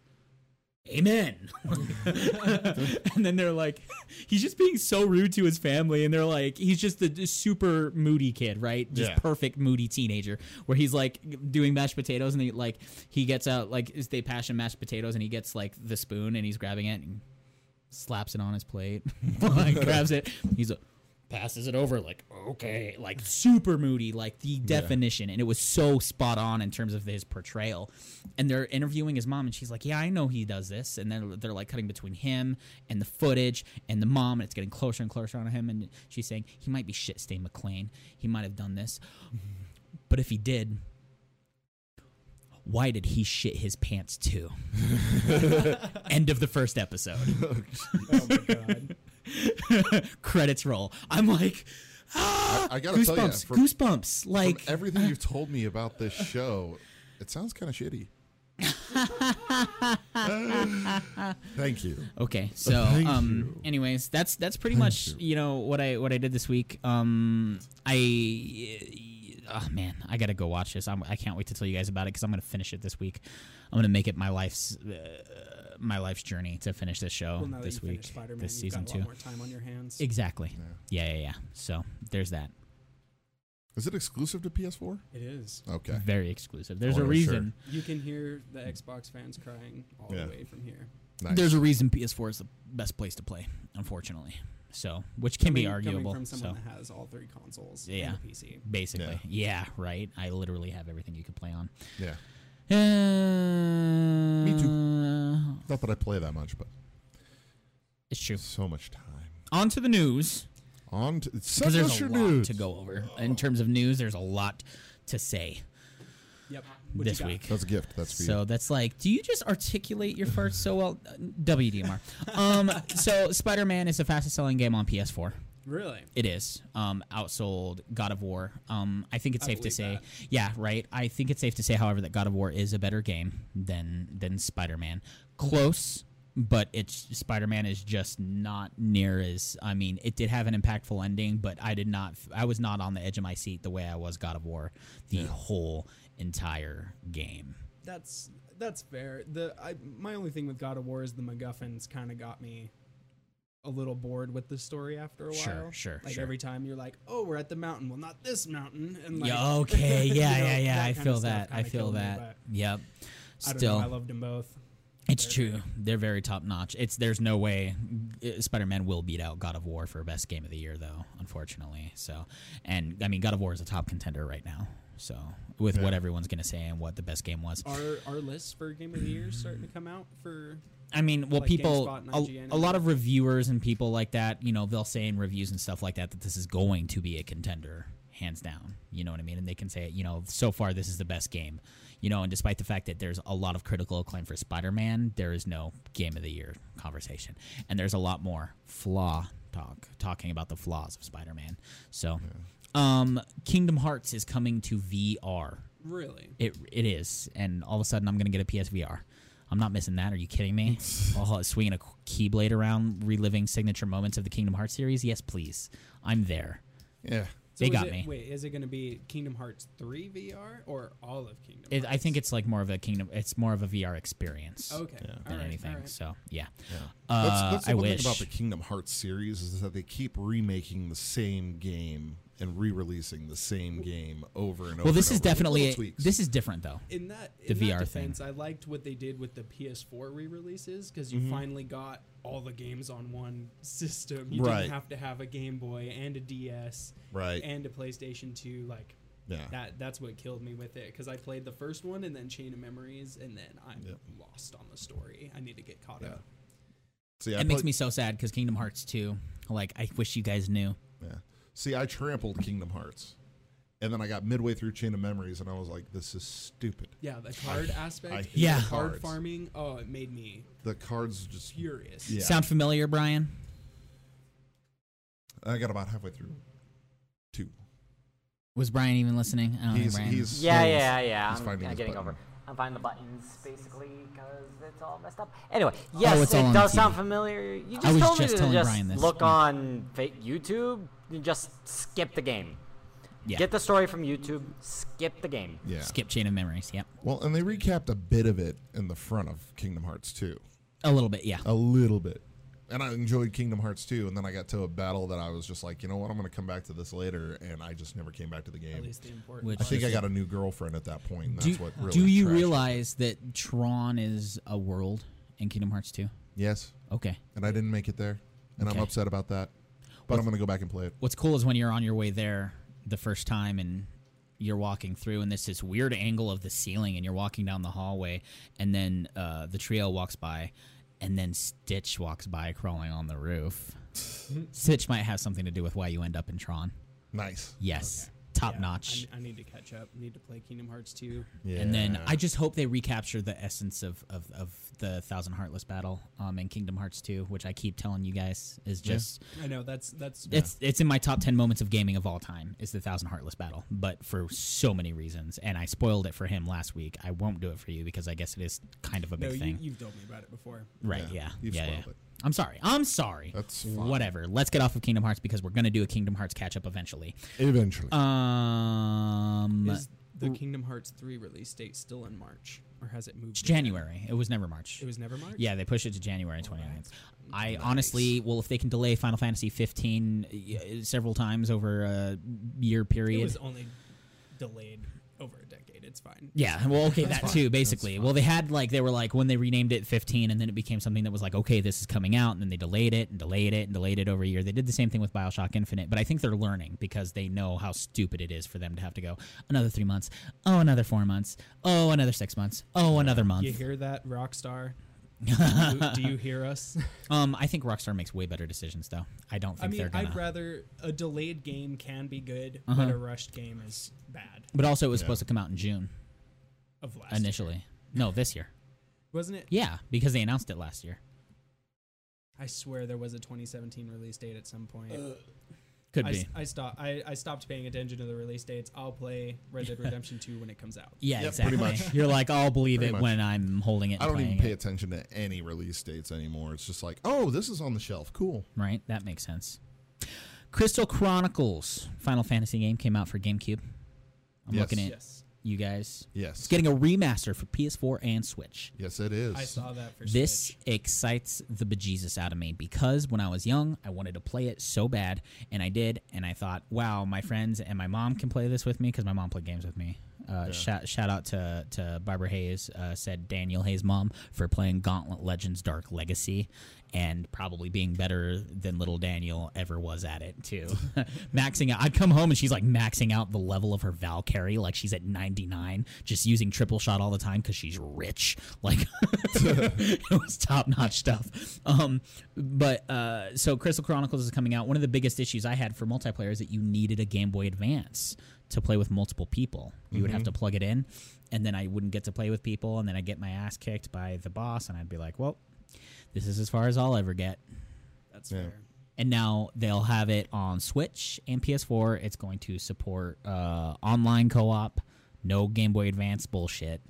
S1: "Amen." and then they're like, he's just being so rude to his family, and they're like, he's just the the super moody kid, right? Just
S2: Yeah.
S1: perfect moody teenager, where he's like doing mashed potatoes, and he like he gets out like is- they pass him mashed potatoes, and he gets like the spoon, and he's grabbing it and slaps it on his plate, like grabs it, he's like passes it over like okay like super moody like the definition and it was so spot on in terms of his portrayal and they're interviewing his mom and she's like yeah i know he does this and then they're like cutting between him and the footage and the mom and it's getting closer and closer on him and she's saying he might be shit stain mclean he might have done this but if he did why did he shit his pants too end of the first episode
S3: Oh my god.
S1: credits roll i'm like
S2: I, I gotta tell you,
S1: goosebumps,
S2: from,
S1: goosebumps.
S2: from
S1: Like uh,
S2: everything you've told me about this show, it sounds kind of shitty. Thank you.
S1: okay, so
S2: Thank
S1: um,
S2: you.
S1: anyways, that's that's pretty much you.
S2: you.
S1: know what I what I did this week. Um, I oh man, I gotta go watch this. I'm, I can't wait to tell you guys about it because I'm gonna finish it this week. I'm gonna make it my life's uh, my life's journey to finish this show
S3: Well, now that
S1: this
S3: you
S1: week,
S3: finished Spider-Man,
S1: this
S3: you've
S1: season
S3: got a
S1: two.
S3: lot more time on your hands.
S1: Exactly.
S2: Yeah.
S1: Yeah. yeah, yeah, So there's that.
S2: Is it exclusive to PS4?
S3: it is.
S2: Okay.
S1: Very exclusive. There's
S2: wanna
S1: a
S2: be sure.
S1: reason.
S3: You can hear the Xbox fans crying all
S2: Yeah.
S3: the way from here.
S2: Nice.
S1: Mm-hmm. There's a reason PS4 is the best place to play. Unfortunately, so which can be
S3: Coming-
S1: arguable.
S3: Coming from
S1: so.
S3: someone that has all three consoles
S1: Yeah.
S3: and a PC.
S1: basically. Yeah. right. I literally have everything you can play on.
S2: yeah.
S1: Uh,
S2: Me Not that I play that much, but
S1: It's true.
S2: so much time.
S1: On to the news
S2: On to
S1: because
S2: send us
S1: there's a
S2: your
S1: lot
S2: news.
S1: to go over in terms of news. There's a lot to say
S3: Yep. What you
S1: this
S3: got?
S1: week.
S2: That's a gift. That's for
S1: So that's like, do you just articulate your farts so well? Uh, WDMR. Um, so Spider Man is the fastest selling game on PS4.
S3: Really?
S1: It is um, outsold God of War. Um, I think it's
S3: I
S1: safe to
S3: believe
S1: say, yeah, right. I think it's safe to say, however, that God of War is a better game than than Spider Man. Close, but it's Spider Man is just not near as. I mean, it did have an impactful ending, but I did not. I was not on the edge of my seat the way I was God of War the whole entire game.
S3: That's that's fair. The I, my only thing with God of War is the MacGuffins kind of got me a little bored with the story after a
S1: Sure,
S3: while.
S1: sure,
S3: Like
S1: sure.
S3: every time you're like, oh, we're at the mountain. Well, not this mountain. And like,
S1: yeah, okay, yeah,
S3: you know,
S1: yeah, yeah.
S3: that
S1: I
S3: kinda
S1: feel
S3: stuff
S1: that. I
S3: kinda
S1: feel
S3: killed me,
S1: that.
S3: but
S1: yep.
S3: I don't
S1: Still,
S3: know. I loved them both.
S1: It's true. They're very top notch. It's there's no way Spider Man will beat out God of War for best game of the year though, unfortunately. So, and I mean God of War is a top contender right now. So with what
S2: Yeah.
S1: everyone's gonna say and what the best game was,
S3: Our our lists for Game of the Year starting to come out for
S1: I mean, well,
S3: Like
S1: people,
S3: GameSpot and
S1: a,
S3: IGN
S1: a
S3: and
S1: lot of reviewers and people like that, you know, they'll say in reviews and stuff like that that this is going to be a contender, hands down. You know what I mean? And they can say, you know, so far this is the best game. You know, and despite the fact that there's a lot of critical acclaim for Spider Man, there is no game of the year conversation. And there's a lot more flaw talk, talking about the flaws of Spider Man. So, um, Kingdom Hearts is coming to VR.
S3: really.
S1: It it is, and all of a sudden I'm gonna get a PSVR. I'm not missing that. Are you kidding me? oh, swinging a keyblade around, reliving signature moments of the Kingdom Hearts series. Yes, please. I'm there.
S2: you. Yeah.
S1: They
S3: is
S1: got
S3: it-
S1: me.
S3: Wait, is it going to be Kingdom Hearts three VR or all of Kingdom?
S1: It, I
S3: Hearts?
S1: think it's like more of a Kingdom. It's more of a VR experience
S3: okay.
S2: Yeah.
S1: than
S3: alright,
S1: anything.
S3: alright.
S1: So yeah,
S2: Yeah.
S1: Uh,
S2: that's, that's the
S1: I
S2: one
S1: wish.
S2: thing about the Kingdom Hearts series is that they keep remaking the same game and re-releasing the same game over and over.
S1: well, this
S2: and
S1: is
S2: over with
S1: definitely
S2: little tweaks.
S1: this is different though.
S3: in that
S1: The
S3: in that
S1: VR thing.
S3: defense, I liked what they did with the PS4 re-releases because
S2: Mm-hmm.
S3: you finally got all the games on one system. You
S2: Right.
S3: didn't have to have a Game Boy and a DS
S2: right.
S3: and a PlayStation 2. Like
S2: yeah.
S3: that that's what killed me with it because I played the first one and then Chain of Memories and then I'm
S2: Yep.
S3: lost on the story. I need to get caught
S2: Yeah.
S3: up.
S2: See, I
S1: It makes
S2: played-
S1: me so sad because Kingdom Hearts 2. Like I wish you guys knew.
S2: Yeah. See, I trampled Kingdom Hearts, And then I got midway through Chain of Memories, and I was like, "This is stupid."
S3: Yeah, the card aspect.
S2: I
S3: and
S2: hate
S1: Yeah.
S3: the card
S2: cards.
S3: farming. Oh, it made me
S2: The cards just.
S3: furious.
S2: Yeah.
S1: Sound familiar, Brian?
S2: I got about halfway through. Two.
S1: Was Brian even listening? I don't think
S2: He's,
S1: Brian.
S2: he's
S4: Yeah,
S2: still-
S4: yeah, yeah.
S2: He's
S4: I'm
S2: finding
S4: uh,
S2: his
S4: getting
S2: button.
S4: over. I'm finding the buttons basically because it's all messed up. Anyway, yes,
S1: Oh, it's all
S4: it
S1: on
S4: does
S1: TV.
S4: sound familiar. You just
S1: was
S4: told
S1: just
S4: me to
S1: telling
S4: just
S1: Brian this.
S4: look
S1: Yeah.
S4: on fa- YouTube and just skip the game.
S1: Yeah.
S4: Get the story from YouTube. Skip the game.
S2: Yeah.
S1: Skip Chain of Memories. Yep.
S2: Well, and they recapped a bit of it in the front of Kingdom Hearts 2.
S1: A little bit, yeah.
S2: A little bit. And I enjoyed Kingdom Hearts 2, and then I got to a battle that I was just like, you know what, I'm going to come back to this later, and I just never came back to the
S3: At
S2: game.
S3: least the important.
S1: Which
S2: I think I
S1: is-
S2: got a new girlfriend at that point, and that's
S1: do,
S2: what really.
S1: do you
S2: trashed it.
S1: realize that Tron is a world in Kingdom Hearts 2?
S2: Yes,
S1: Okay.
S2: and I didn't make it there, and
S1: Okay.
S2: I'm upset about that. But I'm going to go back and play it.
S1: What's cool is when you're on your way there the first time and you're walking through and there's this weird angle of the ceiling and you're walking down the hallway and then uh, the trio walks by and then Stitch walks by crawling on the roof. Stitch might have something to do with why you end up in Tron.
S2: Nice.
S1: Yes.
S3: Okay.
S1: Top
S3: Yeah,
S1: notch.
S3: I, I need to catch up. Need to play Kingdom Hearts 2.
S2: Yeah.
S1: And then I just hope they recapture the essence of, of, of the Thousand Heartless battle um, in Kingdom Hearts 2, which I keep telling you guys is
S2: Yeah.
S1: just
S3: I know that's that's
S1: it's it's in my top 10 moments of gaming of all time is the thousand heartless battle but for so many reasons and i spoiled it for him last week i won't do it for you because i guess it is kind of a
S3: no,
S1: big
S3: you,
S1: thing
S3: you've told me about it before.
S1: right
S2: Yeah,
S1: yeah
S2: you've
S1: yeah,
S2: spoiled
S1: yeah.
S2: it.
S1: i'm sorry i'm sorry
S2: That's fine.
S1: whatever let's get off of kingdom hearts because we're going to do a kingdom hearts catch up eventually
S2: Eventually.
S1: um
S3: Is
S2: Mm.
S3: the Kingdom Hearts 3 release date still in March, or has it moved?
S1: it's
S3: again?
S1: january it was never march
S3: It was never March.
S1: yeah, they pushed it to January 29th.
S3: that's
S1: I honestly, well, if they can delay Final Fantasy 15 y- uh, several times over a year period,
S3: it was only delayed over a decade. It's fine.
S1: Yeah, well, okay, that too, basically. Well, they had like they were like when they renamed it 15, and then it became something that was like, okay, this is coming out, and then they delayed it and delayed it and delayed it over a year. They did the same thing with Bioshock Infinite, but I think they're learning because they know how stupid it is for them to have to go another three months, oh, another four months, oh, another six months, oh, another
S3: You
S1: month.
S3: hear that, Rockstar? do, you, do you hear us?
S1: Um, I think Rockstar makes way better decisions though. I don't think
S3: I mean,
S1: they're gonna. Uh-huh.
S3: I'd rather a delayed game can be good, but a rushed game is bad.
S1: but also, it was
S2: Yeah.
S1: supposed to come out in June
S3: Of last, year.
S1: initially. No, this year.
S3: wasn't it?
S1: Yeah, because they announced it last year.
S3: I swear there was a 2017 release date at some point.
S1: Uh, Could
S3: I,
S1: be.
S3: s- I stopped. I, I stopped paying attention to the release dates. I'll play Red Dead Redemption 2 when it comes out.
S1: Yeah,
S2: Yep,
S1: exactly.
S2: pretty much.
S1: You're like, I'll believe
S2: Pretty
S1: it
S2: much.
S1: when I'm holding it. and
S2: I don't
S1: playing
S2: even pay
S1: it.
S2: attention to any release dates anymore. It's just like, oh, this is on the shelf. Cool.
S1: Right, that makes sense. Crystal Chronicles Final Fantasy game came out for GameCube. I'm
S2: Yes.
S1: looking at
S3: Yes,
S1: you guys.
S2: Yes.
S1: It's getting a remaster for PS4 and Switch.
S2: yes, it is.
S3: I saw that for
S1: This
S3: Switch.
S1: excites the bejesus out of me because when I was young, I wanted to play it so bad, and I did. And I thought, wow, my friends and my mom can play this with me because my mom played games with me. Uh, shout, shout out to, to Barbara Hayes, uh, said Daniel Hayes' mom, for playing Gauntlet Legends Dark Legacy and probably being better than little Daniel ever was at it, too. maxing out. I'd come home and she's like maxing out the level of her Valkyrie. Like she's at 99, just using triple shot all the time because she's rich. Like it was top notch stuff. Um, but uh, so Crystal Chronicles is coming out. One of the biggest issues I had for multiplayer is that you needed a Game Boy Advance to play with multiple people. You would
S3: Mm-hmm.
S1: have to plug it in, and then I wouldn't get to play with people, and then I'd get my ass kicked by the boss, and I'd be like, well, this is as far as I'll ever get.
S3: That's
S2: Yeah.
S3: fair.
S1: And now they'll have it on Switch and PS4. It's going to support uh, online co op, no Game Boy Advance bullshit.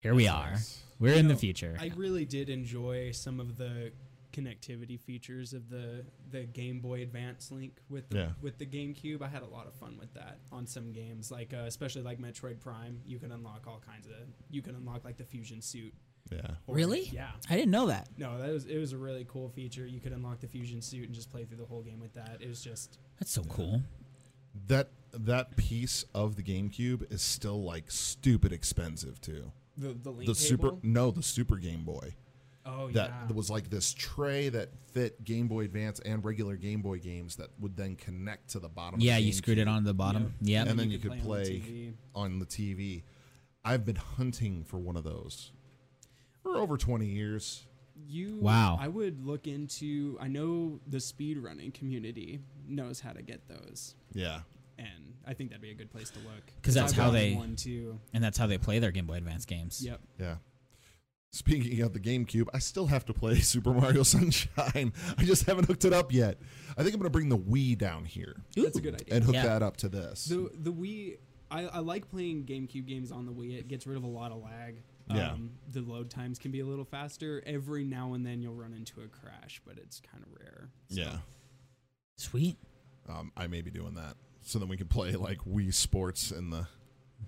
S1: Here we are. We're in the
S3: know,
S1: future.
S3: I really did enjoy some of the connectivity features of the the Game Boy Advance link with the,
S2: Yeah.
S3: with the GameCube. I had a lot of fun with that on some games, like uh, especially like Metroid Prime. You can unlock all kinds of. You can unlock like the fusion suit.
S2: yeah.
S3: or-
S1: Really?
S3: Yeah.
S1: I didn't know that.
S3: No, that was it was a really cool feature. You could unlock the fusion suit and just play through the whole game with that. It was just
S1: That's so cool.
S2: That that piece of the GameCube is still like stupid expensive too.
S3: the the link
S2: the super
S3: cable?
S2: no, the Super Game Boy.
S3: Oh
S2: That
S3: yeah.
S2: was like this tray that fit Game Boy Advance and regular Game Boy games that would then connect to the bottom.
S1: Yeah,
S2: of the
S1: you screwed it
S2: GameCube.
S1: onto the bottom. Yeah.
S2: and then
S3: You
S2: you
S3: could
S2: could
S3: play on the
S2: play,
S3: TV.
S2: on the TV. I've been hunting for one of those for over twenty years.
S3: You
S1: Wow.
S3: I would look into. I know the speedrunning community knows how to get those,
S2: Yeah,
S3: and I think that'd be a good place to look
S1: 'Cause that's
S3: I've
S1: how
S3: gotten
S1: they-
S3: one too.
S1: and that's how they play their Game Boy Advance games.
S3: Yep.
S2: Yeah. Speaking of the GameCube, I still have to play Super Mario Sunshine. I just haven't hooked it up yet. I think I'm going to bring the Wii down here
S3: That's a good idea.
S2: and hook
S1: Yeah.
S2: that up to this.
S3: The the Wii, I, I like playing GameCube games on the Wii. It gets rid of a lot of lag. Um,
S2: Yeah.
S3: the load times can be a little faster. Every now and then you'll run into a crash, but it's kind of rare.
S2: yeah.
S1: Sweet.
S2: Um, I may be doing that. So then we can play like Wii Sports in the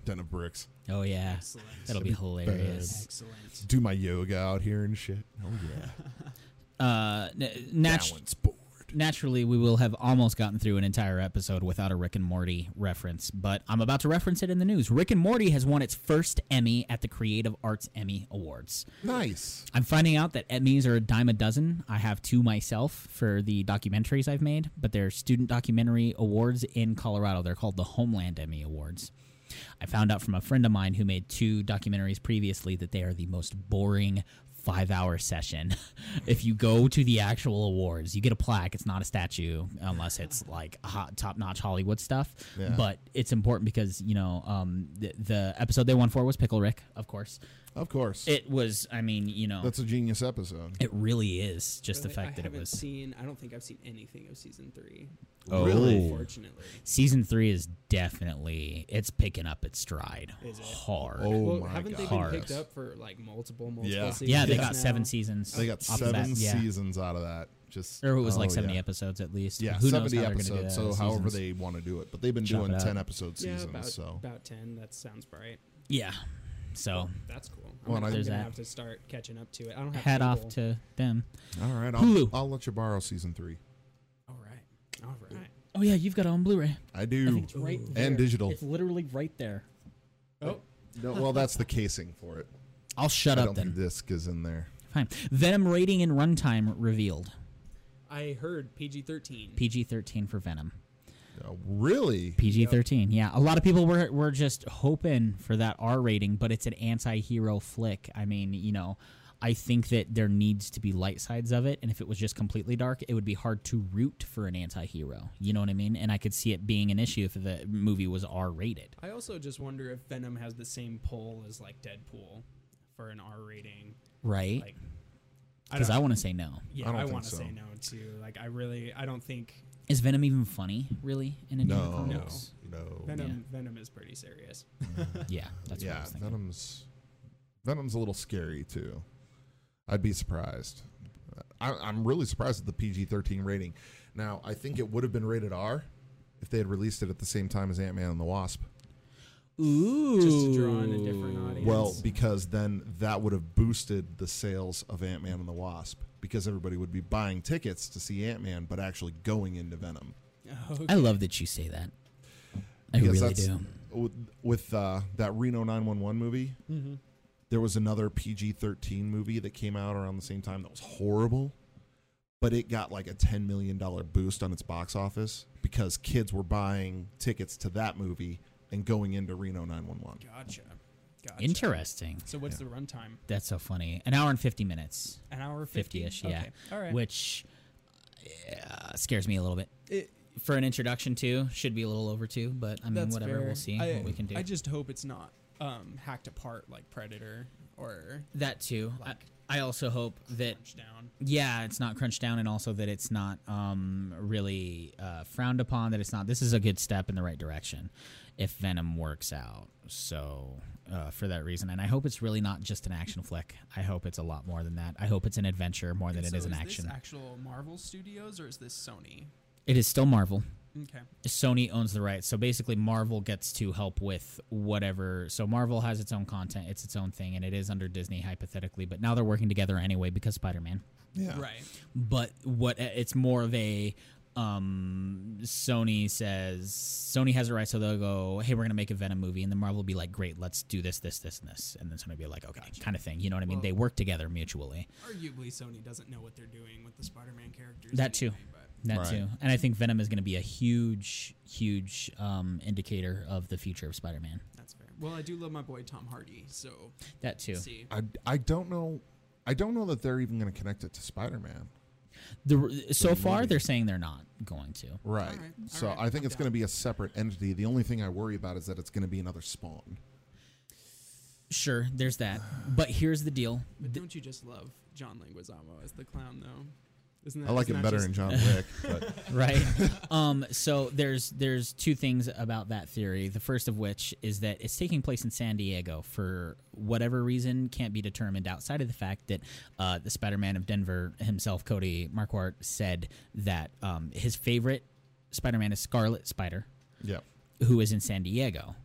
S2: Den of Bricks.
S1: Oh yeah.
S3: Excellent.
S1: That'll be hilarious.
S3: Excellent.
S2: Do my yoga out here and shit. Oh, yeah.
S1: Uh, n- natu-
S2: Balance board.
S1: naturally, we will have almost gotten through an entire episode without a Rick and Morty reference, but I'm about to reference it in the news. Rick and Morty has won its first Emmy at the Creative Arts Emmy Awards.
S2: Nice.
S1: I'm finding out that Emmys are a dime a dozen. I have two myself for the documentaries I've made, but they're student documentary awards in Colorado. They're called the Homeland Emmy Awards. I found out from a friend of mine who made two documentaries previously that they are the most boring five hour session. if you go to the actual awards, you get a plaque. It's not a statue unless it's like hot, top notch Hollywood stuff.
S2: Yeah.
S1: But it's important because, you know, um, the, the episode they won for was Pickle Rick, of course.
S2: Of course.
S1: It was, I mean, you know.
S2: That's a genius episode.
S1: It really is just the
S3: Really,
S1: fact
S3: I
S1: that it
S3: haven't
S1: was
S3: Seen, I don't think I've seen anything of season three.
S1: Oh. Really?
S3: Unfortunately.
S1: season three is definitely it's picking up its stride
S3: Is it?
S1: hard.
S2: Oh
S3: well,
S2: my
S3: haven't
S2: god.
S3: they been
S1: Hard.
S3: picked up for like multiple, multiple
S2: Yeah.
S3: seasons?
S1: yeah, they
S2: Yeah.
S1: got seven
S3: now?
S1: seasons.
S2: They got
S1: off the bat,
S2: seven
S1: yeah.
S2: seasons out of that. Just
S1: or it was like
S2: oh,
S1: seventy
S2: yeah.
S1: episodes at least.
S2: Yeah,
S1: Who knows
S2: seventy
S1: how they're gonna do
S2: episodes.
S1: that
S2: So
S1: with
S2: however
S1: seasons.
S2: they want to do it, but they've been
S1: Chop
S2: doing
S1: it
S2: ten
S1: up.
S2: episode
S3: Yeah,
S2: seasons.
S3: about,
S2: so
S3: about ten. That sounds right.
S1: yeah, so
S3: That's cool. I'm,
S2: Well, and
S3: gonna,
S2: I-
S3: I'm
S1: There's
S3: gonna
S1: that.
S3: have to start catching up to it. I don't have
S1: head off
S3: cable.
S1: to them.
S2: all right, I'll,
S1: Hulu.
S2: I'll let you borrow season three.
S3: All right. All right.
S1: Oh yeah, you've got it on Blu-ray.
S2: I do,
S1: it's right Ooh.
S3: there.
S2: and digital.
S1: literally right there.
S3: Oh,
S2: No, well, that's the casing for it.
S1: I'll shut
S2: I
S1: up
S2: don't think
S1: then.
S2: disc is in there.
S1: Fine. Venom rating and runtime revealed.
S3: I heard PG thirteen.
S1: PG-13 for Venom.
S2: No, really?
S1: PG thirteen. Yeah, a lot of people were were just hoping for that R rating, but it's an anti-hero flick. I mean, you know, I think that there needs to be light sides of it, and if it was just completely dark, it would be hard to root for an anti-hero. You know what I mean? And I could see it being an issue if the movie was R rated.
S3: I also just wonder if Venom has the same pull as like Deadpool for an R rating.
S1: Right?
S3: Like,
S1: Because
S3: don't-
S1: I want to say no.
S3: yeah,
S2: I don't
S3: I,
S2: think
S3: want to
S2: so.
S3: say no too. Like, I really, I don't think
S1: Is Venom even funny, really? In Indiana
S2: No, no,
S1: Comics?
S3: Venom. Venom is pretty serious.
S1: Yeah, that's what I
S2: yeah,
S1: was thinking.
S2: Venom's Venom's a little scary too. I'd be surprised. I, I'm really surprised at the PG-13 rating. Now, I think it would have been rated R if they had released it at the same time as Ant-Man and the Wasp.
S1: Ooh,
S3: Just to draw in a different audience.
S2: Well, because then that would have boosted the sales of Ant Man and the Wasp because everybody would be buying tickets to see Ant Man, but actually going into Venom.
S1: I love that you say that. I
S2: Because
S1: really
S2: that's-
S1: do.
S2: With, with uh, that Reno 911 movie, there was another PG 13 movie that came out around the same time that was horrible, but it got like a $10 million boost on its box office because kids were buying tickets to that movie and going into Reno 911.
S3: Gotcha. Gotcha.
S1: Interesting.
S3: So what's the runtime?
S1: That's so funny. An hour and 50 minutes.
S3: An hour 50?
S1: 50 ish, yeah.
S3: Okay. All right.
S1: Which uh, scares me a little bit.
S3: It-
S1: For an introduction, to should be a little over two, but I mean,
S3: That's
S1: whatever.
S3: fair.
S1: We'll see
S3: I,
S1: what we can do.
S3: I just hope it's not um, hacked apart like Predator or
S1: that too.
S3: Like-
S1: I, I also hope that,
S3: Punch-Down.
S1: yeah, it's not crunched down and also that it's not um, really uh, frowned upon, that it's not. This is a good step in the right direction if Venom works out. So. Uh, for that reason, and I hope it's really not just an action flick. I hope it's a lot more than that. I hope it's an adventure more than it is an action.
S3: This actual Marvel Studios or is this Sony?
S1: It is still Marvel.
S3: Okay.
S1: Sony owns the rights. So basically, Marvel gets to help with whatever. So Marvel has its own content, it's its own thing, and it is under Disney hypothetically. But now they're working together anyway because Spider Man.
S2: Yeah.
S3: Right.
S1: But what it's more of a um, Sony says Sony has the rights, so they'll go, "Hey, we're gonna make a Venom movie," and then Marvel will be like, "Great, let's do this, this, this, and this," and then Sony will be like, "Okay," kind of thing. You know what I mean?
S3: Well-
S1: they work together mutually.
S3: Arguably, Sony doesn't know what they're doing with the Spider-Man characters.
S1: That too.
S3: anyway, but-
S1: That
S2: Right.
S1: too, and I think Venom is going to be a huge, huge um, indicator of the future of Spider-Man.
S3: That's fair. Well, I do love my boy Tom Hardy, so
S1: That too.
S3: see.
S2: I, I don't know. I don't know that they're even going to connect it to Spider Man.
S1: The, so far,
S2: movie.
S1: they're saying they're not going to.
S2: Right.
S3: Alright,
S2: So
S3: alright,
S2: I think
S3: I'm
S2: it's going to be a separate entity. The only thing I worry about is that it's going to be another Spawn.
S1: Sure, there's that. But here's the deal.
S3: But don't you just love John Leguizamo as the clown though? Isn't that
S2: I like
S3: isn't
S2: him
S3: that
S2: better
S3: just-
S2: than John Wick, but
S1: right? um, so there's there's two things about that theory. The first of which is that it's taking place in San Diego for whatever reason can't be determined outside of the fact that uh, the Spider-Man of Denver himself, Cody Marquardt, said that um, his favorite Spider-Man is Scarlet Spider,
S2: yeah.
S1: who is in San Diego.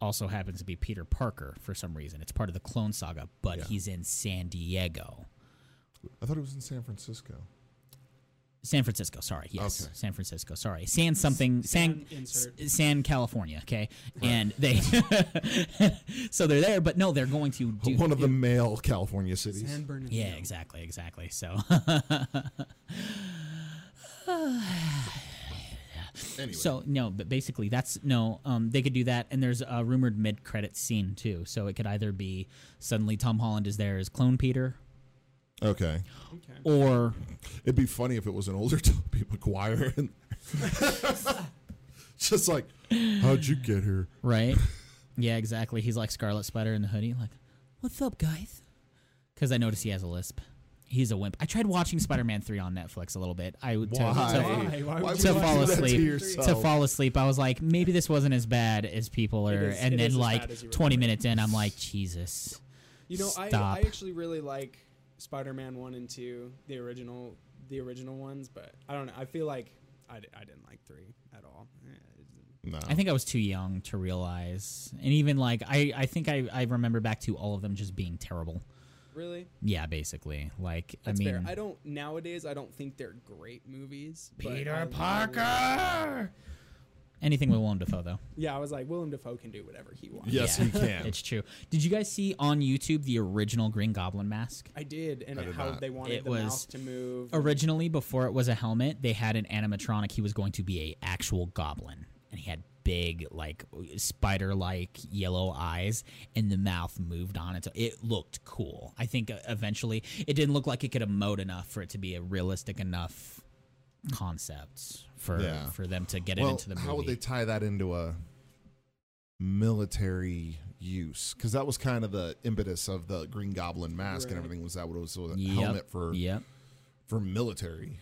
S1: Also happens to be Peter Parker for some reason. It's part of the Clone Saga, but
S2: Yeah.
S1: he's in San Diego.
S2: I thought it was in San Francisco.
S1: San Francisco, sorry. Yes.
S2: Okay.
S1: San Francisco, sorry. San something San
S3: San insert.
S1: S- San California, okay? And they So they're there, but no, they're going to do
S2: One of the male California cities.
S3: San Bernardino.
S1: Yeah, exactly, exactly. So
S2: Anyway,
S1: So no, but basically that's no. Um, they could do that, and there's a rumored mid-credit scene too. So it could either be suddenly Tom Holland is there as Clone Peter,
S2: okay,
S3: Okay.
S1: or
S2: it'd be funny if it was an older Tobey Maguire, and just like, how'd you get here?
S1: right? yeah, exactly. He's like Scarlet Spider in the hoodie, like, "What's up, guys?" Because I noticed he has a lisp. He's a wimp. I tried watching Spider-Man three on Netflix a little bit. I to, to,
S3: Why? Why would
S2: would
S3: you
S1: to
S2: you
S1: fall
S2: do that
S1: asleep.
S2: To,
S1: To,
S2: yourself?
S1: fall asleep, I was like, maybe this wasn't as bad as people are.
S3: is- it
S1: and
S3: is
S1: then
S3: as
S1: like
S3: bad as you
S1: twenty
S3: remember.
S1: minutes in, I'm like, Jesus.
S3: You know, I,
S1: Stop.
S3: I actually really like Spider-Man one and two, the original, the original ones, but I don't know. I feel like I, di- I didn't like three at all. Eh, it's-
S2: No.
S1: I think I was too young to realize, and even like I, I think I, I remember back to all of them just being terrible.
S3: Really,
S1: Yeah, basically, like I
S3: that's
S1: mean,
S3: fair. I don't nowadays. I don't think they're great movies. but
S1: Peter
S3: I
S1: Parker! anything with Willem Dafoe though.
S3: Yeah, I was like Willem Dafoe can do whatever he wants.
S2: Yes,
S1: Yeah.
S2: he can.
S1: It's true. Did you guys see on YouTube the original Green Goblin mask?
S3: I did, and
S2: I did
S3: how
S2: not.
S3: they wanted
S1: It
S3: the
S1: was
S3: mouth to move.
S1: Originally, before it was a helmet, they had an animatronic. He was going to be a actual goblin, and he had big like spider like yellow eyes, and the mouth moved on it. It looked cool. I think uh, eventually it didn't look like it could emote enough for it to be a realistic enough concept for
S2: Yeah.
S1: for them to get it
S2: Well,
S1: into the movie.
S2: how would they tie that into a military use? Because that was kind of the impetus of the Green Goblin mask and
S3: Right.
S2: everything. Was that what it was? was a
S1: Yep.
S2: helmet for
S1: Yep.
S2: for military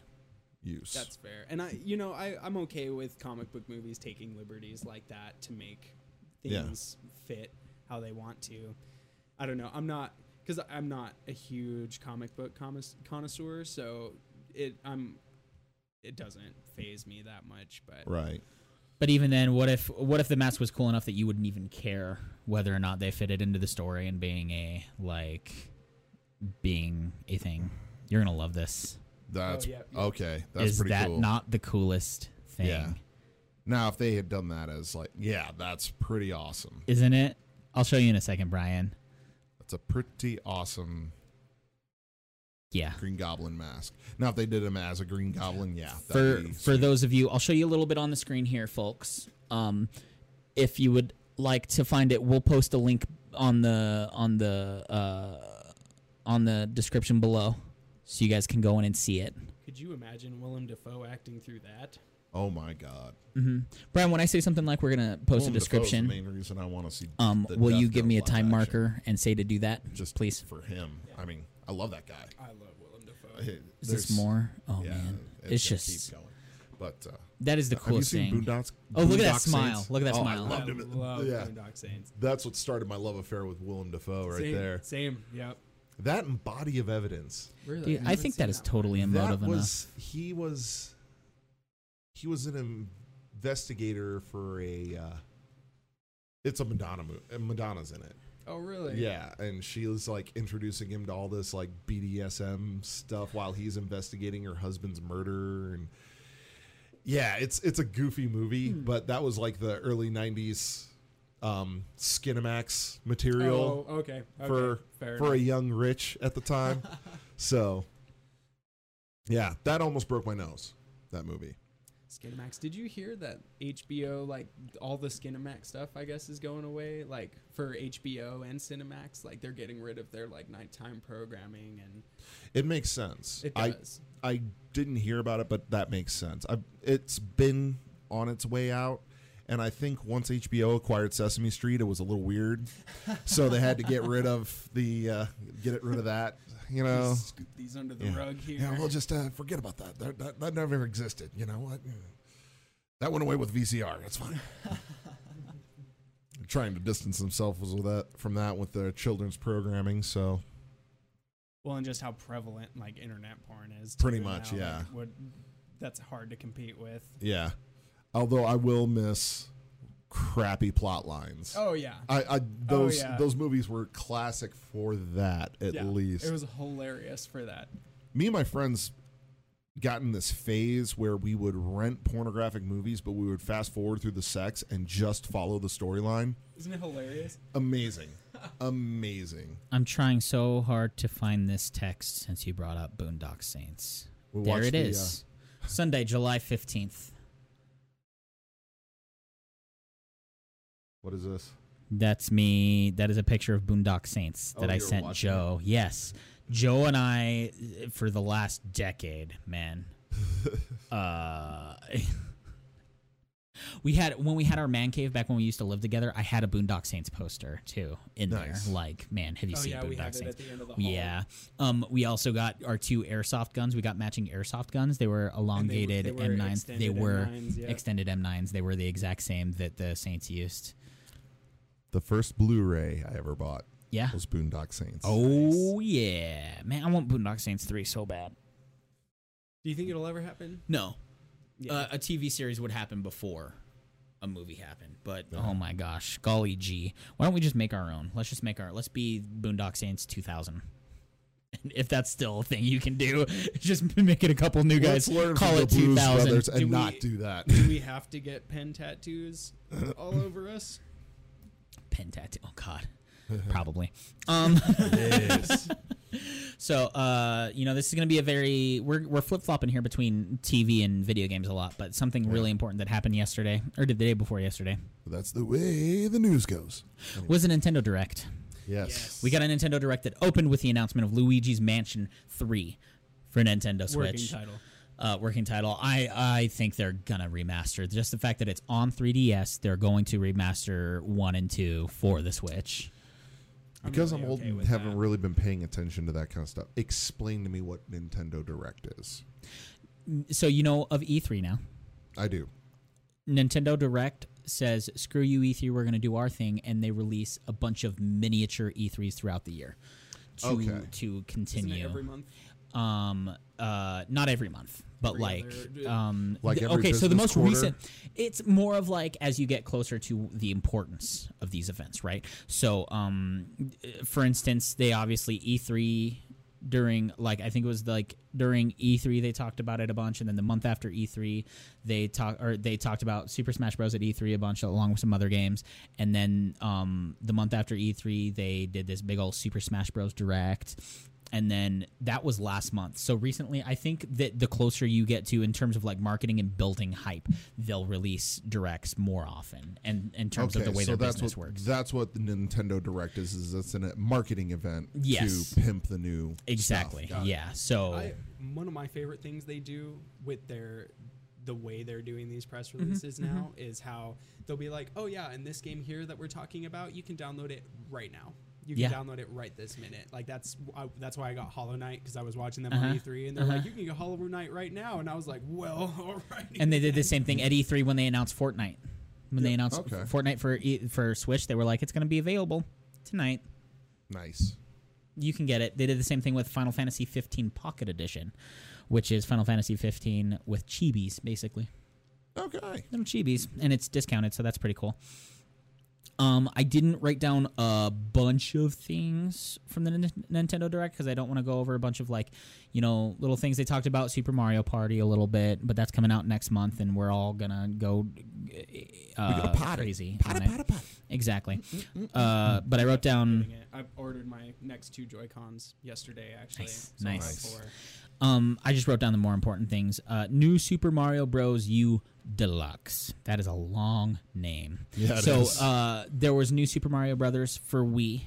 S2: use.
S3: That's fair. And I, you know, I, I'm okay with comic book movies taking liberties like that to make
S2: Yeah.
S3: things fit how they want to. I don't know. I'm not because I'm not a huge comic book commis- connoisseur, so it I'm it doesn't phase me that much. But
S2: right.
S1: But even then, what if what if the mask was cool enough that you wouldn't even care whether or not they fitted into the story and being a like being a thing? You're gonna love this.
S2: That's
S3: Oh, yeah, yeah.
S2: okay. That's
S1: Is
S2: pretty
S1: that
S2: cool.
S1: not the coolest thing?
S2: Yeah. now, if they had done that as like, yeah, that's pretty awesome.
S1: Isn't it? I'll show you in a second, Brian.
S2: That's a pretty awesome
S1: Yeah.
S2: Green Goblin mask. Now, if they did him as a Green Goblin, yeah,
S1: for
S2: that'd be
S1: for those of you, I'll show you a little bit on the screen here, folks. Um, if you would like to find it, we'll post a link on the on the uh, on the description below, so you guys can go in and see it.
S3: could you imagine Willem Dafoe acting through that?
S2: Oh my God.
S1: hmm Brian, when I say something like we're gonna
S2: Willem
S1: post a
S2: Dafoe's
S1: description,
S2: The main reason I want to see.
S1: um,
S2: the
S1: will
S2: Death
S1: you give
S2: Note
S1: me a
S2: live
S1: time
S2: action.
S1: marker and say to do that?
S2: Just
S1: please.
S2: for him. I mean, I love that guy.
S3: I love Willem Dafoe.
S2: Is
S1: Is this more? Oh
S2: yeah,
S1: man,
S2: it's,
S1: it's,
S2: gonna
S1: just
S2: keep going. But uh,
S1: that is the
S2: have you
S1: coolest
S2: seen
S1: thing.
S2: Boondocks?
S1: Oh, look at that
S2: Boondock
S1: smile.
S2: Saints?
S1: Look at that
S2: Oh, I
S1: smile.
S3: I
S2: loved him.
S3: love
S2: yeah,
S3: Boondock Saints.
S2: that's what started my love affair with Willem Dafoe right
S3: same,
S2: there.
S3: Same. Yep.
S2: That and Body of Evidence.
S3: Really,
S1: Dude, I think that is totally
S2: That
S1: emotive enough.
S2: was he was he was an investigator for a. Uh, it's a Madonna movie. Madonna's in it.
S3: Oh, really?
S2: Yeah, and she was like introducing him to all this like BDSM stuff while he's investigating her husband's murder and yeah, it's it's a goofy movie, but that was like the early '90s um, Skinamax material
S3: Oh, okay. okay.
S2: for
S3: fair
S2: for a young rich at the time. so yeah, that almost broke my nose. That movie.
S3: Skinamax. Did you hear that HBO like all the Skinamax stuff? I guess is going away. Like for HBO and Cinemax, like they're getting rid of their like nighttime programming, and
S2: It makes sense.
S3: it
S2: I
S3: does.
S2: I didn't hear about it, but that makes sense. I, it's been on its way out, and I think once HBO acquired Sesame Street, it was a little weird, so they had to get rid of the uh, get it rid of that. You know,
S3: Scoop these under the
S2: Yeah.
S3: rug here.
S2: yeah, we'll just uh, forget about that. That, that. that never existed. You know what? That went away with VCR. That's fine. They're trying to distance themselves with that from that with their children's programming. So
S3: Well, and just how prevalent like internet porn is. too
S2: Pretty much,
S3: now,
S2: yeah.
S3: Like, what, that's hard to compete with.
S2: yeah, although I will miss crappy plot lines.
S3: Oh yeah.
S2: I, I those
S3: yeah.
S2: those movies were classic for that at
S3: Yeah.
S2: least.
S3: It was hilarious for that.
S2: me and my friends got in this phase where we would rent pornographic movies, but we would fast forward through the sex and just follow the storyline.
S3: Isn't it hilarious?
S2: Amazing, amazing.
S1: I'm trying so hard to find this text since you brought up Boondock Saints.
S2: We'll
S1: there
S2: watch
S1: it
S2: the, uh,
S1: is. Sunday, July 15th.
S2: What is this?
S1: That's me. That is a picture of Boondock Saints
S2: Oh,
S1: that I
S2: you were
S1: sent
S2: watching
S1: Joe. Yes. Joe and I, uh, for the last decade, man. uh, we had, when we had our man cave back when we used to live together, I had a Boondock Saints poster too in
S2: Nice.
S1: there. Like, man, have you
S3: oh
S1: seen
S3: yeah,
S1: Boondock
S3: we had
S1: Saints?
S3: it at the end of the hall.
S1: Yeah. Um, we also got our two airsoft guns. We got matching airsoft guns. They were
S3: And they were-
S1: elongated
S3: they were
S1: M9s. They
S3: extended
S1: were
S3: M9s, yeah.
S1: extended M9s. They were the exact same that the Saints used.
S2: The first Blu-ray I ever bought
S1: Yeah.
S2: was Boondock Saints.
S1: Oh yeah, man! I want Boondock Saints three so bad.
S3: Do you think it'll ever happen?
S1: No,
S3: Yeah.
S1: uh, a TV series would happen before a movie happened. But oh my gosh, golly gee, why don't we just make our own? Let's just make our. Let's be Boondock Saints two thousand. If that's still a thing you can do, just make it a couple new
S2: Let's
S1: guys.
S2: learn
S1: Call
S2: from
S1: it
S2: the Blues
S1: two thousand.
S2: Brothers and
S3: Do
S2: not
S3: we-
S2: do that.
S3: Do we have to get pen tattoos all over us?
S1: pen tattoo. Oh God, probably. Um, so uh, you know, this is going to be a very we're we're flip flopping here between TV and video games a lot, but something really important that happened yesterday or did the day before yesterday
S2: That's the way the news goes.
S1: was a Nintendo Direct.
S2: Yes.
S1: We got a Nintendo Direct that opened with the announcement of Luigi's Mansion Three for Nintendo Switch.
S3: Working title.
S1: uh, working title. I I think they're gonna remaster. Just the fact that it's on 3DS, they're going to remaster one and two for the Switch.
S2: Because
S3: really
S2: I'm old
S3: okay
S2: and
S3: with
S2: haven't
S3: that.
S2: really been paying attention to that kind of stuff. Explain to me what Nintendo Direct is.
S1: So you know of E3 now.
S2: I do.
S1: Nintendo Direct says, screw you, E3, we're going to do our thing. And they release a bunch of miniature E3s throughout the year to,
S2: Okay.
S1: to
S3: Isn't it
S1: continue.
S3: every month?
S1: um, uh, not every month, but
S3: Every
S1: like,
S3: other-
S1: um,
S2: Like
S1: th-
S2: every
S1: okay, so the
S2: business
S1: most
S2: quarter?
S1: recent, it's more of like as you get closer to the importance of these events, right? So, um, for instance, they obviously E3 during like I think it was like during E3 they talked about it a bunch, and then the month after E3 they talk or they talked about Super Smash Bros at E3 a bunch along with some other games, and then um, the month after E3 they did this big old Super Smash Bros Direct. And then that was last month. So recently, I think that the closer you get to in terms of like marketing and building hype, they'll release directs more often. And in terms of the way their
S2: that's
S1: business
S2: what,
S1: works,
S2: That's what the Nintendo Direct is. Is it's a marketing event
S1: Yes.
S2: to pimp the new stuff.
S1: Exactly.
S2: Got it.
S1: Yeah. So
S3: I, one of my favorite things they do with their the way they're doing these press releases now is how they'll be like, "Oh yeah, in this game here that we're talking about, you can download it right now. You can
S1: Yeah.
S3: download it right this minute." Like that's I, that's why I got Hollow Knight because I was watching them
S1: Uh-huh.
S3: on E3 and they're like, "You can get Hollow Knight right now," and I was like, "Well, all right."
S1: and they did the same thing at E3 when they announced Fortnite. When they announced
S2: Okay.
S1: Fortnite for e- for Switch, they were like, "It's going to be available tonight.
S2: Nice.
S1: You can get it." They did the same thing with Final Fantasy 15 Pocket Edition, which is Final Fantasy 15 with chibis, basically
S2: Okay.
S1: little chibis, and it's discounted, so that's pretty cool. Um, I didn't write down a bunch of things from the Nin- Nintendo Direct because I don't want to go over a bunch of like, you know, little things they talked about Super Mario Party a little bit, but that's coming out next month, and we're all gonna go uh, crazy. on it. Exactly. Uh, but I
S3: mm,
S1: wrote down.
S3: Getting it. I've ordered my next two Joy Cons yesterday, actually.
S1: Nice.
S3: I'm on
S1: Nice.
S3: four.
S1: Um, I just wrote down the more important things. Uh, new Super Mario Bros. U Deluxe. That is a long name.
S2: Yeah, it
S1: so
S2: is. Mm-hmm.
S1: Uh, there was new Super Mario Brothers for Wii,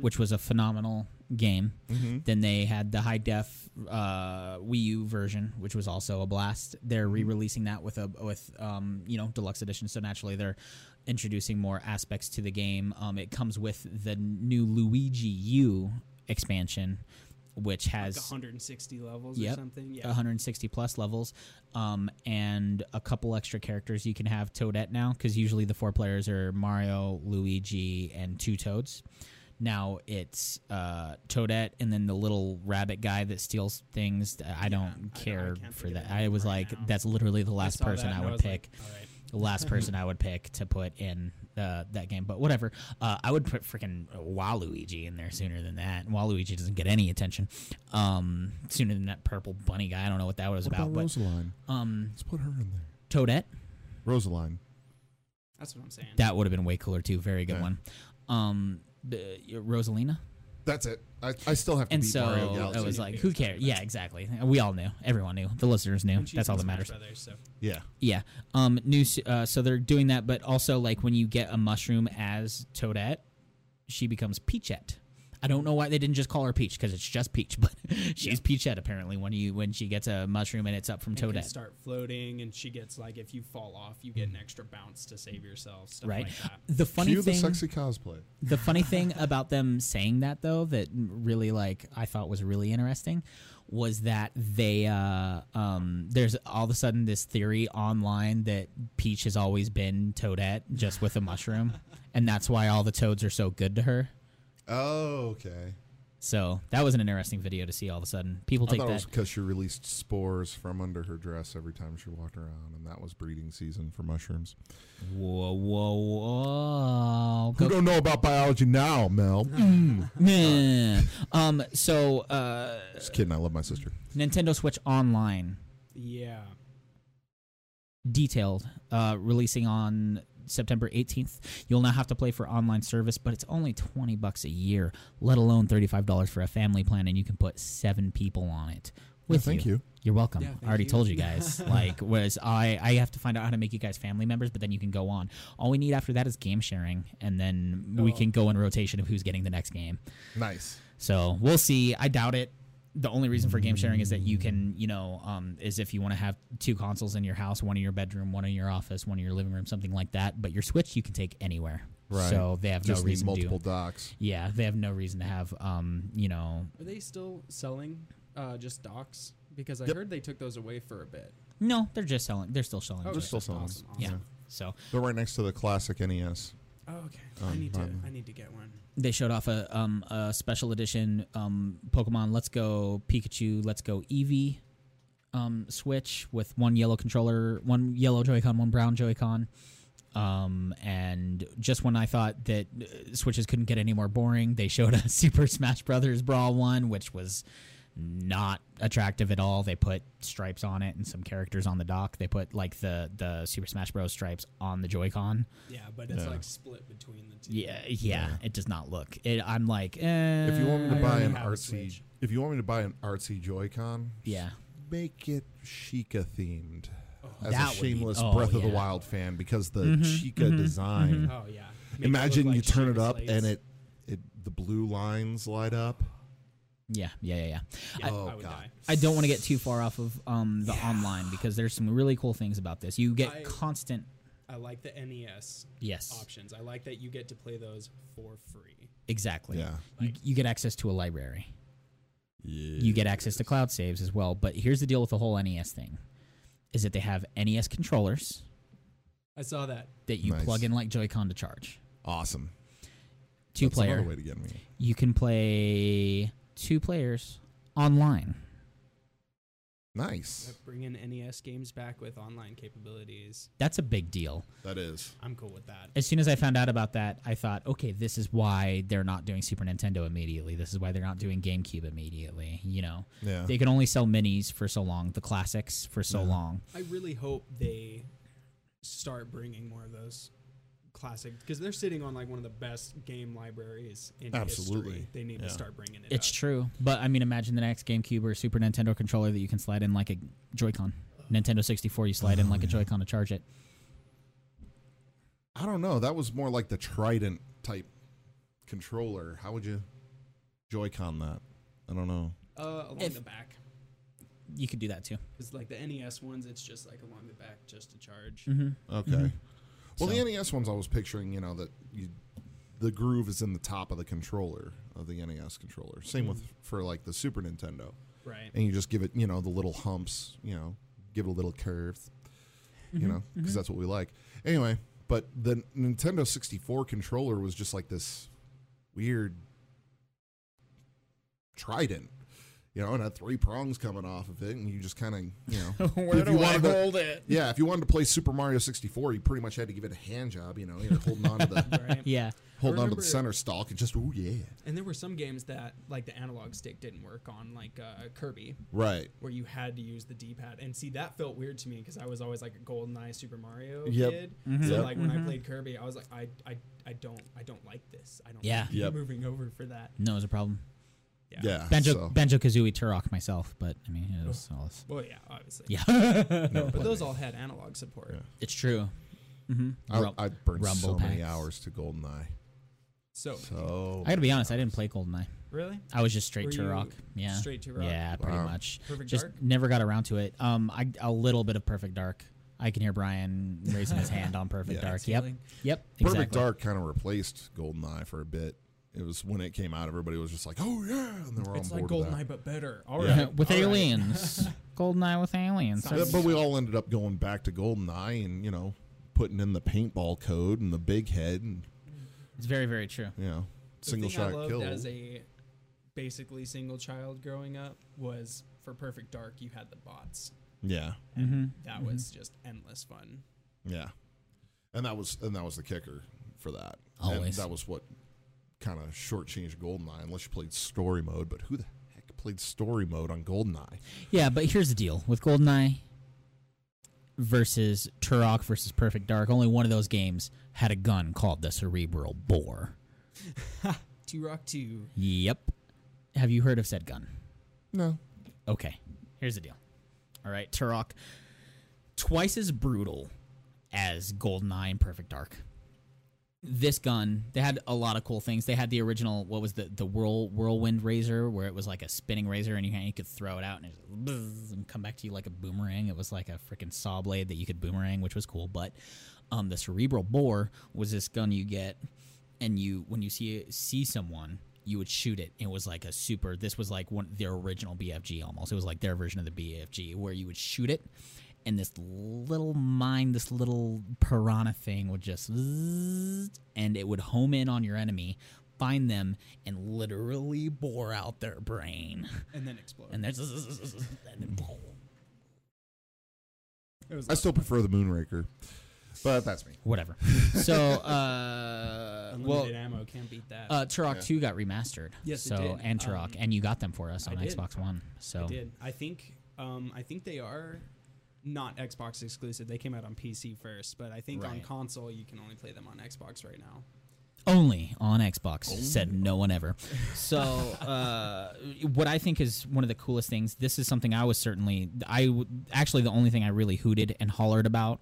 S1: which was a phenomenal game. Then they had the high def uh, Wii U version, which was also a blast.
S2: Mm-hmm.
S1: They're re-releasing that with a with um, you know deluxe edition, so naturally they're introducing more aspects to the game. Um, it comes with the new Luigi U expansion, which
S3: like
S1: has
S3: 160 levels
S1: Yep. Uh-huh.
S3: or something. Yeah.
S1: 160 plus levels um, and a couple extra characters you can have toadette now because usually the four players are mario luigi and two toads now it's uh, toadette and then the little rabbit guy that steals things i
S3: I
S1: don't
S3: don't- I
S1: care
S3: can't
S1: for
S3: think of
S1: that
S3: anything
S1: i was
S3: right
S1: like
S3: now.
S1: that's literally the
S3: I
S1: last
S3: saw
S1: person
S3: that
S1: i
S3: and
S1: would
S3: was
S1: pick
S3: like, "All right."
S1: the last person I would pick to put in uh, that game. But whatever. Uh, I would put freaking Waluigi in there sooner than that. Waluigi doesn't get any attention um, sooner than that purple bunny guy. I don't know what that was
S2: What
S1: about.
S2: about
S1: but
S2: Rosaline?
S1: um,
S2: Let's put her in there.
S1: Toadette,
S2: Rosaline.
S3: That's what I'm saying.
S1: that would have been way cooler too. Very good
S2: Yeah.
S1: one. Um, the- Rosalina.
S2: That's it. I, I still have to
S1: And
S2: beat Mario
S1: so
S2: Galaxy.
S1: I was
S3: Yeah,
S1: like,
S3: it
S1: who
S3: was
S1: cares? Yeah, exactly. We all knew. Everyone knew. The listeners knew.
S3: And she's
S1: That's
S3: in
S1: all that
S3: Smash
S1: matters.
S3: Brothers, so
S2: yeah.
S1: Yeah. Um. New. s- Uh, so they're doing that, but also like when you get a mushroom as Toadette, she becomes Peachette. I don't know why they didn't just call her Peach because it's just Peach, but she's Peachette apparently when you when she gets a mushroom and it's up from
S3: and can
S1: Toadette.
S3: start floating, and she gets like if you fall off, you get an extra bounce to save yourself. Stuff
S1: Right.
S3: like that.
S1: The funny
S2: Cue
S1: thing,
S2: the sexy cosplay.
S1: the funny thing about them saying that though, that really like I thought was really interesting, was that they uh um there's all of a sudden this theory online that Peach has always been Toadette just with a mushroom, and that's why all the toads are so good to her.
S2: Oh, okay.
S1: So that was an interesting video to see. All of a sudden, people
S2: I
S1: take
S2: thought
S1: that.
S2: it was because she released spores from under her dress every time she walked around, and that was breeding season for mushrooms.
S1: whoa, whoa, whoa!
S2: Who
S1: Go,
S2: don't know about biology now, Mel?
S1: Meh. um. So, uh,
S2: Just kidding. I love my sister.
S1: Nintendo Switch Online
S3: Yeah.
S1: detailed, uh, releasing on September 18th. You'll now have to play for online service, but it's only 20 bucks a year, let alone $35 for a family plan, and you can put seven people on it. With
S2: thank you.
S1: You're welcome.
S3: Yeah, thank
S1: I already
S3: you.
S1: told you guys. like, whereas I, I have to find out how to make you guys family members, but then you can go on. All we need after that is game sharing, and then we
S3: Oh.
S1: can go in rotation of who's getting the next game.
S2: Nice.
S1: So we'll see. I doubt it. The only reason for game sharing is that you can, you know, um, is if you want to have two consoles in your house, one in your bedroom, one in your office, one in your living room, something like that. But your Switch you can take anywhere.
S2: Right.
S1: So they have
S2: Just
S1: no
S2: need
S1: reason
S2: multiple
S1: to.
S2: docs.
S1: Yeah, they have no reason to have, um, you know,
S3: Are they still selling uh, just docs? Because I
S2: Yep.
S3: heard they took those away for a bit.
S1: no. They're just selling. They're still selling.
S3: Oh,
S1: Switch.
S2: They're still selling.
S3: Awesome, awesome.
S1: yeah. So
S2: They're right next to the classic E NES.
S3: Oh, okay. I
S2: Um,
S3: need to.
S2: pardon.
S3: I need to get one.
S1: they showed off a um a special edition um Pokemon Let's Go Pikachu, Let's Go Eevee um Switch with one yellow controller, one yellow Joy-Con, one brown Joy-Con. Um and just when I thought that uh, Switches couldn't get any more boring, they showed a Super Smash Brothers Brawl one, which was not attractive at all. They put stripes on it and some characters on the dock. They put like the the Super Smash Bros stripes on the Joy-Con.
S3: Yeah, but it's
S2: Yeah.
S3: like split between the two.
S1: Yeah, yeah, it does not look. It, I'm like, eh,
S2: If you want me to
S3: Uh, I
S2: buy
S3: already
S2: an
S3: have a
S2: artsy,
S3: Switch.
S2: if you want me to buy an artsy Joy-Con,
S1: Yeah.
S2: make it Sheikah themed. As
S1: That
S2: a
S1: would be-
S2: shameless
S1: oh,
S2: Breath of the
S1: yeah. Mm-hmm,
S2: Wild fan, because the Chica design.
S3: Oh yeah. Make it look
S2: Imagine you
S3: like
S2: turn it
S3: Sheikah's
S2: up
S3: legs.
S2: and it, it the blue lines light up.
S1: Yeah, yeah, yeah, yeah.
S3: Yeah,
S2: oh,
S3: I would
S2: God.
S3: die.
S1: I don't want to get too far off of um, the online because there's some really cool things about this. You get
S3: I-
S1: constant.
S3: I like the NES
S1: Yes,
S3: options. I like that you get to play those for free.
S1: exactly.
S2: Yeah.
S1: You,
S3: Like-
S1: you get access to a library. You get access to cloud saves as well. But here's the deal with the whole NES thing: is that they have NES controllers
S3: I saw that.
S1: that you
S2: Nice.
S1: plug in like Joy-Con to charge.
S2: Awesome.
S1: Two
S2: That's
S1: player.
S2: another way to get me.
S1: You can play two players online.
S2: Nice.
S3: Bringing NES games back with online capabilities.
S1: That's a big deal.
S2: That is.
S3: I'm cool with that.
S1: as soon as I found out about that, I thought, okay, this is why they're not doing Super Nintendo immediately. This is why they're not doing GameCube immediately. You know,
S2: Yeah.
S1: they can only sell minis for so long, the classics for so
S2: Yeah.
S1: long.
S3: I really hope they start bringing more of those classic because they're sitting on like one of the best game libraries in
S2: Absolutely.
S3: history. They need
S2: Yeah.
S3: to start bringing it.
S1: It's
S3: up.
S1: true, but I mean, imagine the next GameCube or Super Nintendo controller that you can slide in like a Joy-Con. Nintendo 64, you slide
S2: Oh,
S1: in like a Joy-Con to charge it.
S2: I don't know. That was more like the Trident type controller. How would you Joy-Con that? I don't know.
S3: Uh, along
S1: If-
S3: the back,
S1: You could do that too.
S3: because like the NES ones, it's just like along the back, just to
S1: Mm.
S3: charge.
S1: Mm-hmm.
S2: Okay. Well,
S1: So-
S2: the NES ones I was picturing, you know, that you, the groove is in the top of the controller of the NES controller. Same with for like the Super Nintendo,
S3: Right.
S2: and you just give it, you know, the little humps, you know, give it a little curve,
S3: Mm-hmm.
S2: you know, because that's what we like. Anyway, but the Nintendo 64 controller was just like this weird trident. You know, and had three prongs coming off of it, and you just kind of, you know, if you wanted to-
S1: it?
S2: yeah, if you wanted to play Super Mario 64, you pretty much had to give it a hand job, you know, you're holding on to the
S3: Right.
S1: Yeah.
S2: holding on to
S3: remember-
S2: the center stalk and just ooh yeah.
S3: And there were some games that like the analog stick didn't work on, like uh, Kirby,
S2: Right.
S3: where you had to use the D-pad. And see, that felt weird to me because I was always like a GoldenEye Super Mario
S2: Yep.
S3: kid.
S1: Mm-hmm.
S2: Mhm.
S3: So
S2: Yep.
S3: like when I played Kirby, I was like, I, I, I don't, I don't like this. I don't.
S1: Yeah.
S3: Like
S2: Yep.
S3: Moving over for that.
S1: No, it's a problem.
S3: Yeah.
S2: Yeah.
S1: Banjo
S2: so-
S1: Banjo Kazooie Turok myself, but I mean it was all this.
S3: Well, yeah, obviously.
S1: Yeah.
S2: no,
S3: But
S2: but
S3: those all had analog support.
S2: Yeah.
S1: it's true. Mm-hmm.
S2: I,
S1: Rum-
S2: I burned so
S1: rumble
S2: many
S1: packs.
S2: hours to GoldenEye.
S3: So,
S2: So
S1: I gotta be honest, I didn't play Goldeneye.
S3: really,
S1: I was just straight
S3: Were you
S1: Turok. Yeah.
S3: straight Turok?
S1: Yeah, pretty
S2: Wow.
S1: much.
S3: Perfect
S1: just
S3: Dark?
S1: never got around to it. Um I a little bit of Perfect Dark. I can hear Brian raising his hand on Perfect
S2: Yeah.
S1: Dark. Yep.
S3: Exhaling.
S1: Yep.
S2: Perfect
S1: exactly.
S2: Dark kind of replaced GoldenEye for a bit. It was when it came out, everybody was just like, "Oh yeah," and they were
S3: it's
S2: on
S3: like
S2: board with
S3: GoldenEye but better. All right.
S2: Yeah.
S1: with
S3: all right.
S1: aliens. Goldeneye with aliens.
S2: that. Yeah, But we all ended up going back to GoldenEye and you know putting in the paintball code and the big head and
S1: It's very, very true.
S2: you know
S3: The
S2: single
S3: thing I
S2: shot
S3: loved
S2: kill.
S3: As a basically single child growing up was for Perfect Dark, you had the bots.
S2: yeah.
S1: Mm-hmm.
S3: And That was just endless fun.
S2: Yeah, and that was and that was the kicker for that. and
S1: Always.
S2: that was what kind of shortchanged Goldeneye, unless you played story mode. But who the heck played story mode on Goldeneye?
S1: Yeah, but here's the deal with Goldeneye versus Turok versus Perfect Dark. Only one of those games had a gun called the Cerebral Bore.
S3: Two Rock Two.
S1: Yep. Have you heard of said gun?
S2: No.
S1: Okay. Here's the deal. All right, Turok, twice as brutal as Goldeneye and Perfect Dark. This gun, they had a lot of cool things. They had the original, what was the the whirl, whirlwind razor, where it was like a spinning razor, and you, you could throw it out and it just buzz and come back to you like a boomerang. It was like a freaking saw blade that you could boomerang, which was cool. But um, the cerebral bore was this gun you get, and you when you see see someone, you would shoot it. It was like a super. This was like one their original BFG almost. It was like their version of the BFG, where you would shoot it, and this little mine, this little piranha thing would just, zzz, and it would home in on your enemy, find them, and literally bore out their brain.
S3: And then explode.
S1: And there's, zzz, and then boom.
S3: it was
S2: I still prefer the Moonraker, but that's me.
S1: whatever. So, uh, well,
S3: unlimited ammo. Can't beat that.
S1: uh, Turok
S2: Yeah.
S1: Two got remastered.
S3: Yes, it
S1: so
S3: did.
S1: and Turok,
S3: Um,
S1: and you got them for us
S3: I
S1: on
S3: did.
S1: Xbox One. So
S3: I did. I think. Um, I think they are not Xbox exclusive. They came out on PC first, but I think on
S1: Right.
S3: console you can only play them on Xbox right now.
S1: only on Xbox, said no one ever. So, uh, what I think is one of the coolest things. This is something I was certainly. I w- actually the only thing I really hooted and hollered about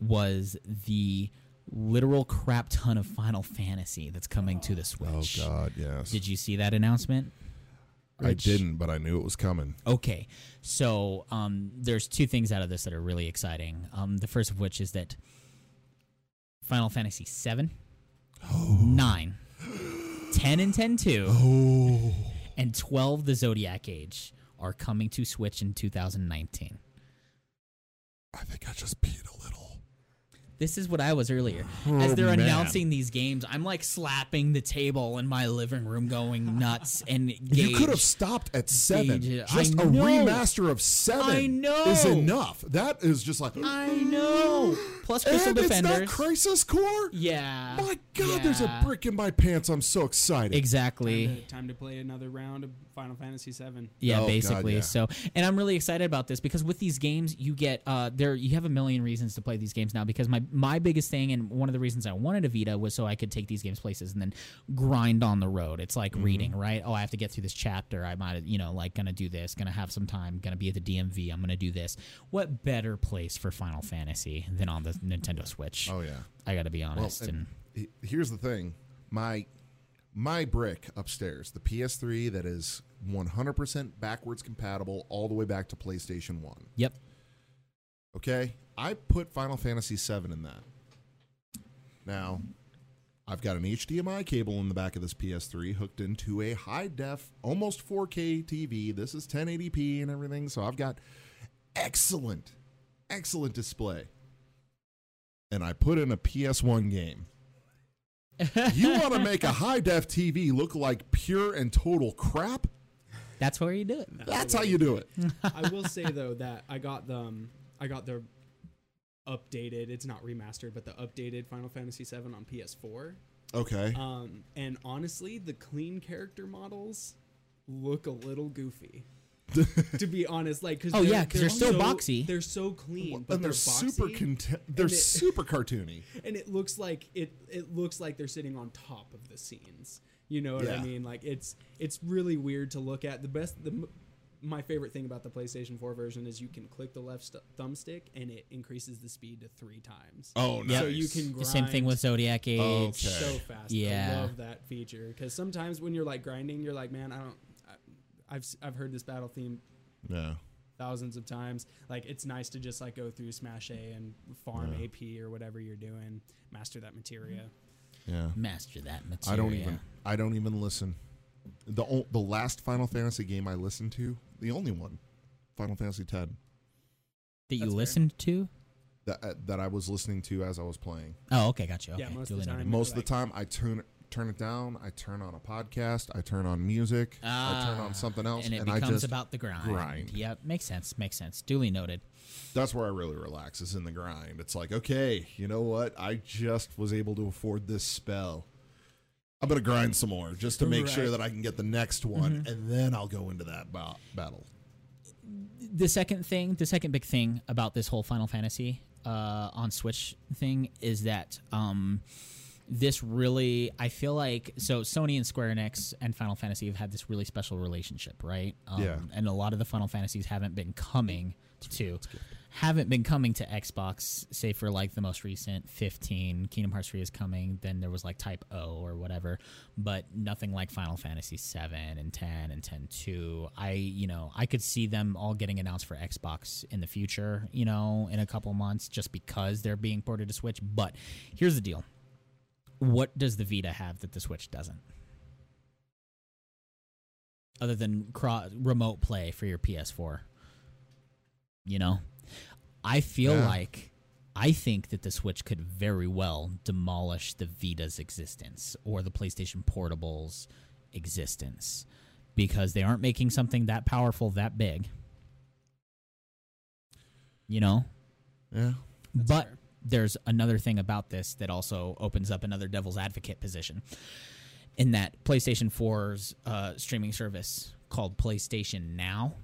S1: was the literal crap ton of Final Fantasy that's coming to the Switch.
S2: Oh, God, yes.
S1: Did you see that announcement?
S2: I
S1: Rich?
S2: didn't, but I knew it was coming.
S1: Okay, so um, there's two things out of this that are really exciting. Um, the first of which is that Final Fantasy VII,
S2: Oh.
S1: nine, ten, and ten two,
S2: Oh.
S1: and twelve, the Zodiac Age, are coming to Switch in 2019.
S2: I think I just peed a little.
S1: This is what I was earlier. As
S2: Oh,
S1: they're announcing these games, I'm like slapping the table in my living room, going nuts. And
S2: You could have
S1: Gage-
S2: stopped at seven.
S1: Gage, I
S2: Just a
S1: know.
S2: remaster of seven
S1: I know.
S2: is enough. That is just like
S1: I know. Plus Crystal
S2: and it's
S1: Defenders.
S2: not Crisis Core.
S1: yeah.
S2: My God, there's a
S1: yeah.
S2: brick in my pants. I'm so excited.
S1: Exactly.
S3: Time to, time to play another round of Final Fantasy VII.
S1: Yeah,
S2: Oh, God,
S1: basically.
S2: yeah.
S1: So, and I'm really excited about this because with these games, you get uh, there you have a million reasons to play these games now. Because my my biggest thing and one of the reasons I wanted a Vita was so I could take these games places and then grind on the road. It's
S2: Mm-hmm.
S1: like reading, right? Oh, I have to get through this chapter. I might, you know, like gonna do this, gonna have some time, gonna be at the DMV. I'm gonna do this. What better place for Final Fantasy than on the Nintendo Switch?
S2: Oh yeah.
S1: I got to be honest.
S2: Well,
S1: and
S2: and he- here's the thing, my my brick upstairs, the PS3 that is 100% backwards compatible all the way back to PlayStation 1.
S1: Yep.
S2: Okay? I put Final Fantasy 7 in that. Now, I've got an HDMI cable in the back of this PS3 hooked into a high def, almost 4K TV. This is 1080p and everything, so I've got excellent, excellent display. And I put in a PS1 game. you want to make a high def TV look like pure and total crap?
S1: That's where you do it.
S2: That's how you do it.
S3: I will say though that I got the um, I got the updated. It's not remastered, but the updated Final Fantasy VII on PS4.
S2: Okay.
S3: Um, and honestly, the clean character models look a little goofy. to be honest, like because
S1: Oh, yeah, 'cause they're so boxy.
S3: They're so clean,
S2: Well,
S3: but
S2: and they're,
S3: boxy,
S2: super content. They're
S3: it-
S2: super cartoony.
S3: and it looks like it it looks like they're sitting on top of the scenes. You know what
S2: Yeah.
S3: I mean? Like it's it's really weird to look at. The best the m- my favorite thing about the PlayStation 4 version is you can click the left st- thumbstick and it increases the speed to 3 times.
S2: Oh no.
S3: So you can grind
S1: The same thing with Zodiac Age.
S2: Oh, Okay.
S3: so fast.
S1: Yeah.
S3: I love that feature cuz sometimes when you're like grinding you're like, man, I don't I, I've s- I've heard this battle theme
S2: Yeah.
S3: thousands of times. Like it's nice to just like go through smash A and farm
S2: Yeah. Mm-hmm.
S3: AP or whatever you're doing, master that materia.
S2: Yeah.
S1: Master that material.
S2: I don't even. I don't even listen. The o- the last Final Fantasy game I listened to, the only one, Final Fantasy X,
S1: That you
S3: That's fair.
S1: listened to?
S2: that uh, that I was listening to as I was playing.
S1: Oh, okay, gotcha. Okay.
S3: Yeah, most of
S1: duly
S3: the
S1: noted.
S3: time.
S2: Most of
S3: like-
S2: the time, I turn turn it down. I turn on a podcast. I turn on music. I turn
S1: Ah,
S2: on something else,
S1: and
S2: and,
S1: it
S2: I
S1: becomes
S2: just
S1: about the grind.
S2: grind.
S1: Yep, makes sense. Makes sense. Duly noted.
S2: that's where I really relax is in the grind. It's like, okay, you know what? I just was able to afford this spell. I'm gonna grind some more just to make sure
S3: Right. Mm-hmm.
S2: that I can get the next one, and then I'll go into that ba- battle.
S1: the second thing, the second big thing about this whole Final Fantasy uh, on Switch thing is that um, this really, I feel like, so Sony and Square Enix and Final Fantasy have had this really special relationship, right? Um,
S2: Yeah.
S1: And a lot of the Final Fantasies haven't been coming to, haven't been coming to Xbox, say for like the most recent 15, Kingdom Hearts 3 is coming, then there was like Type O or whatever, but nothing like Final Fantasy 7 and 10 and 10 2. I, you know, I could see them all getting announced for Xbox in the future, you know, in a couple months just because they're being ported to Switch. But here's the deal what does the Vita have that the Switch doesn't? Other than cro- remote play for your PS4. You know? I feel
S2: Yeah.
S1: like I think that the Switch could very well demolish the Vita's existence or the PlayStation Portable's existence because they aren't making something that powerful that big. You know?
S2: Yeah,
S1: but
S3: fair.
S1: there's another thing about this that also opens up another devil's advocate position in that PlayStation 4's uh, streaming service called PlayStation Now.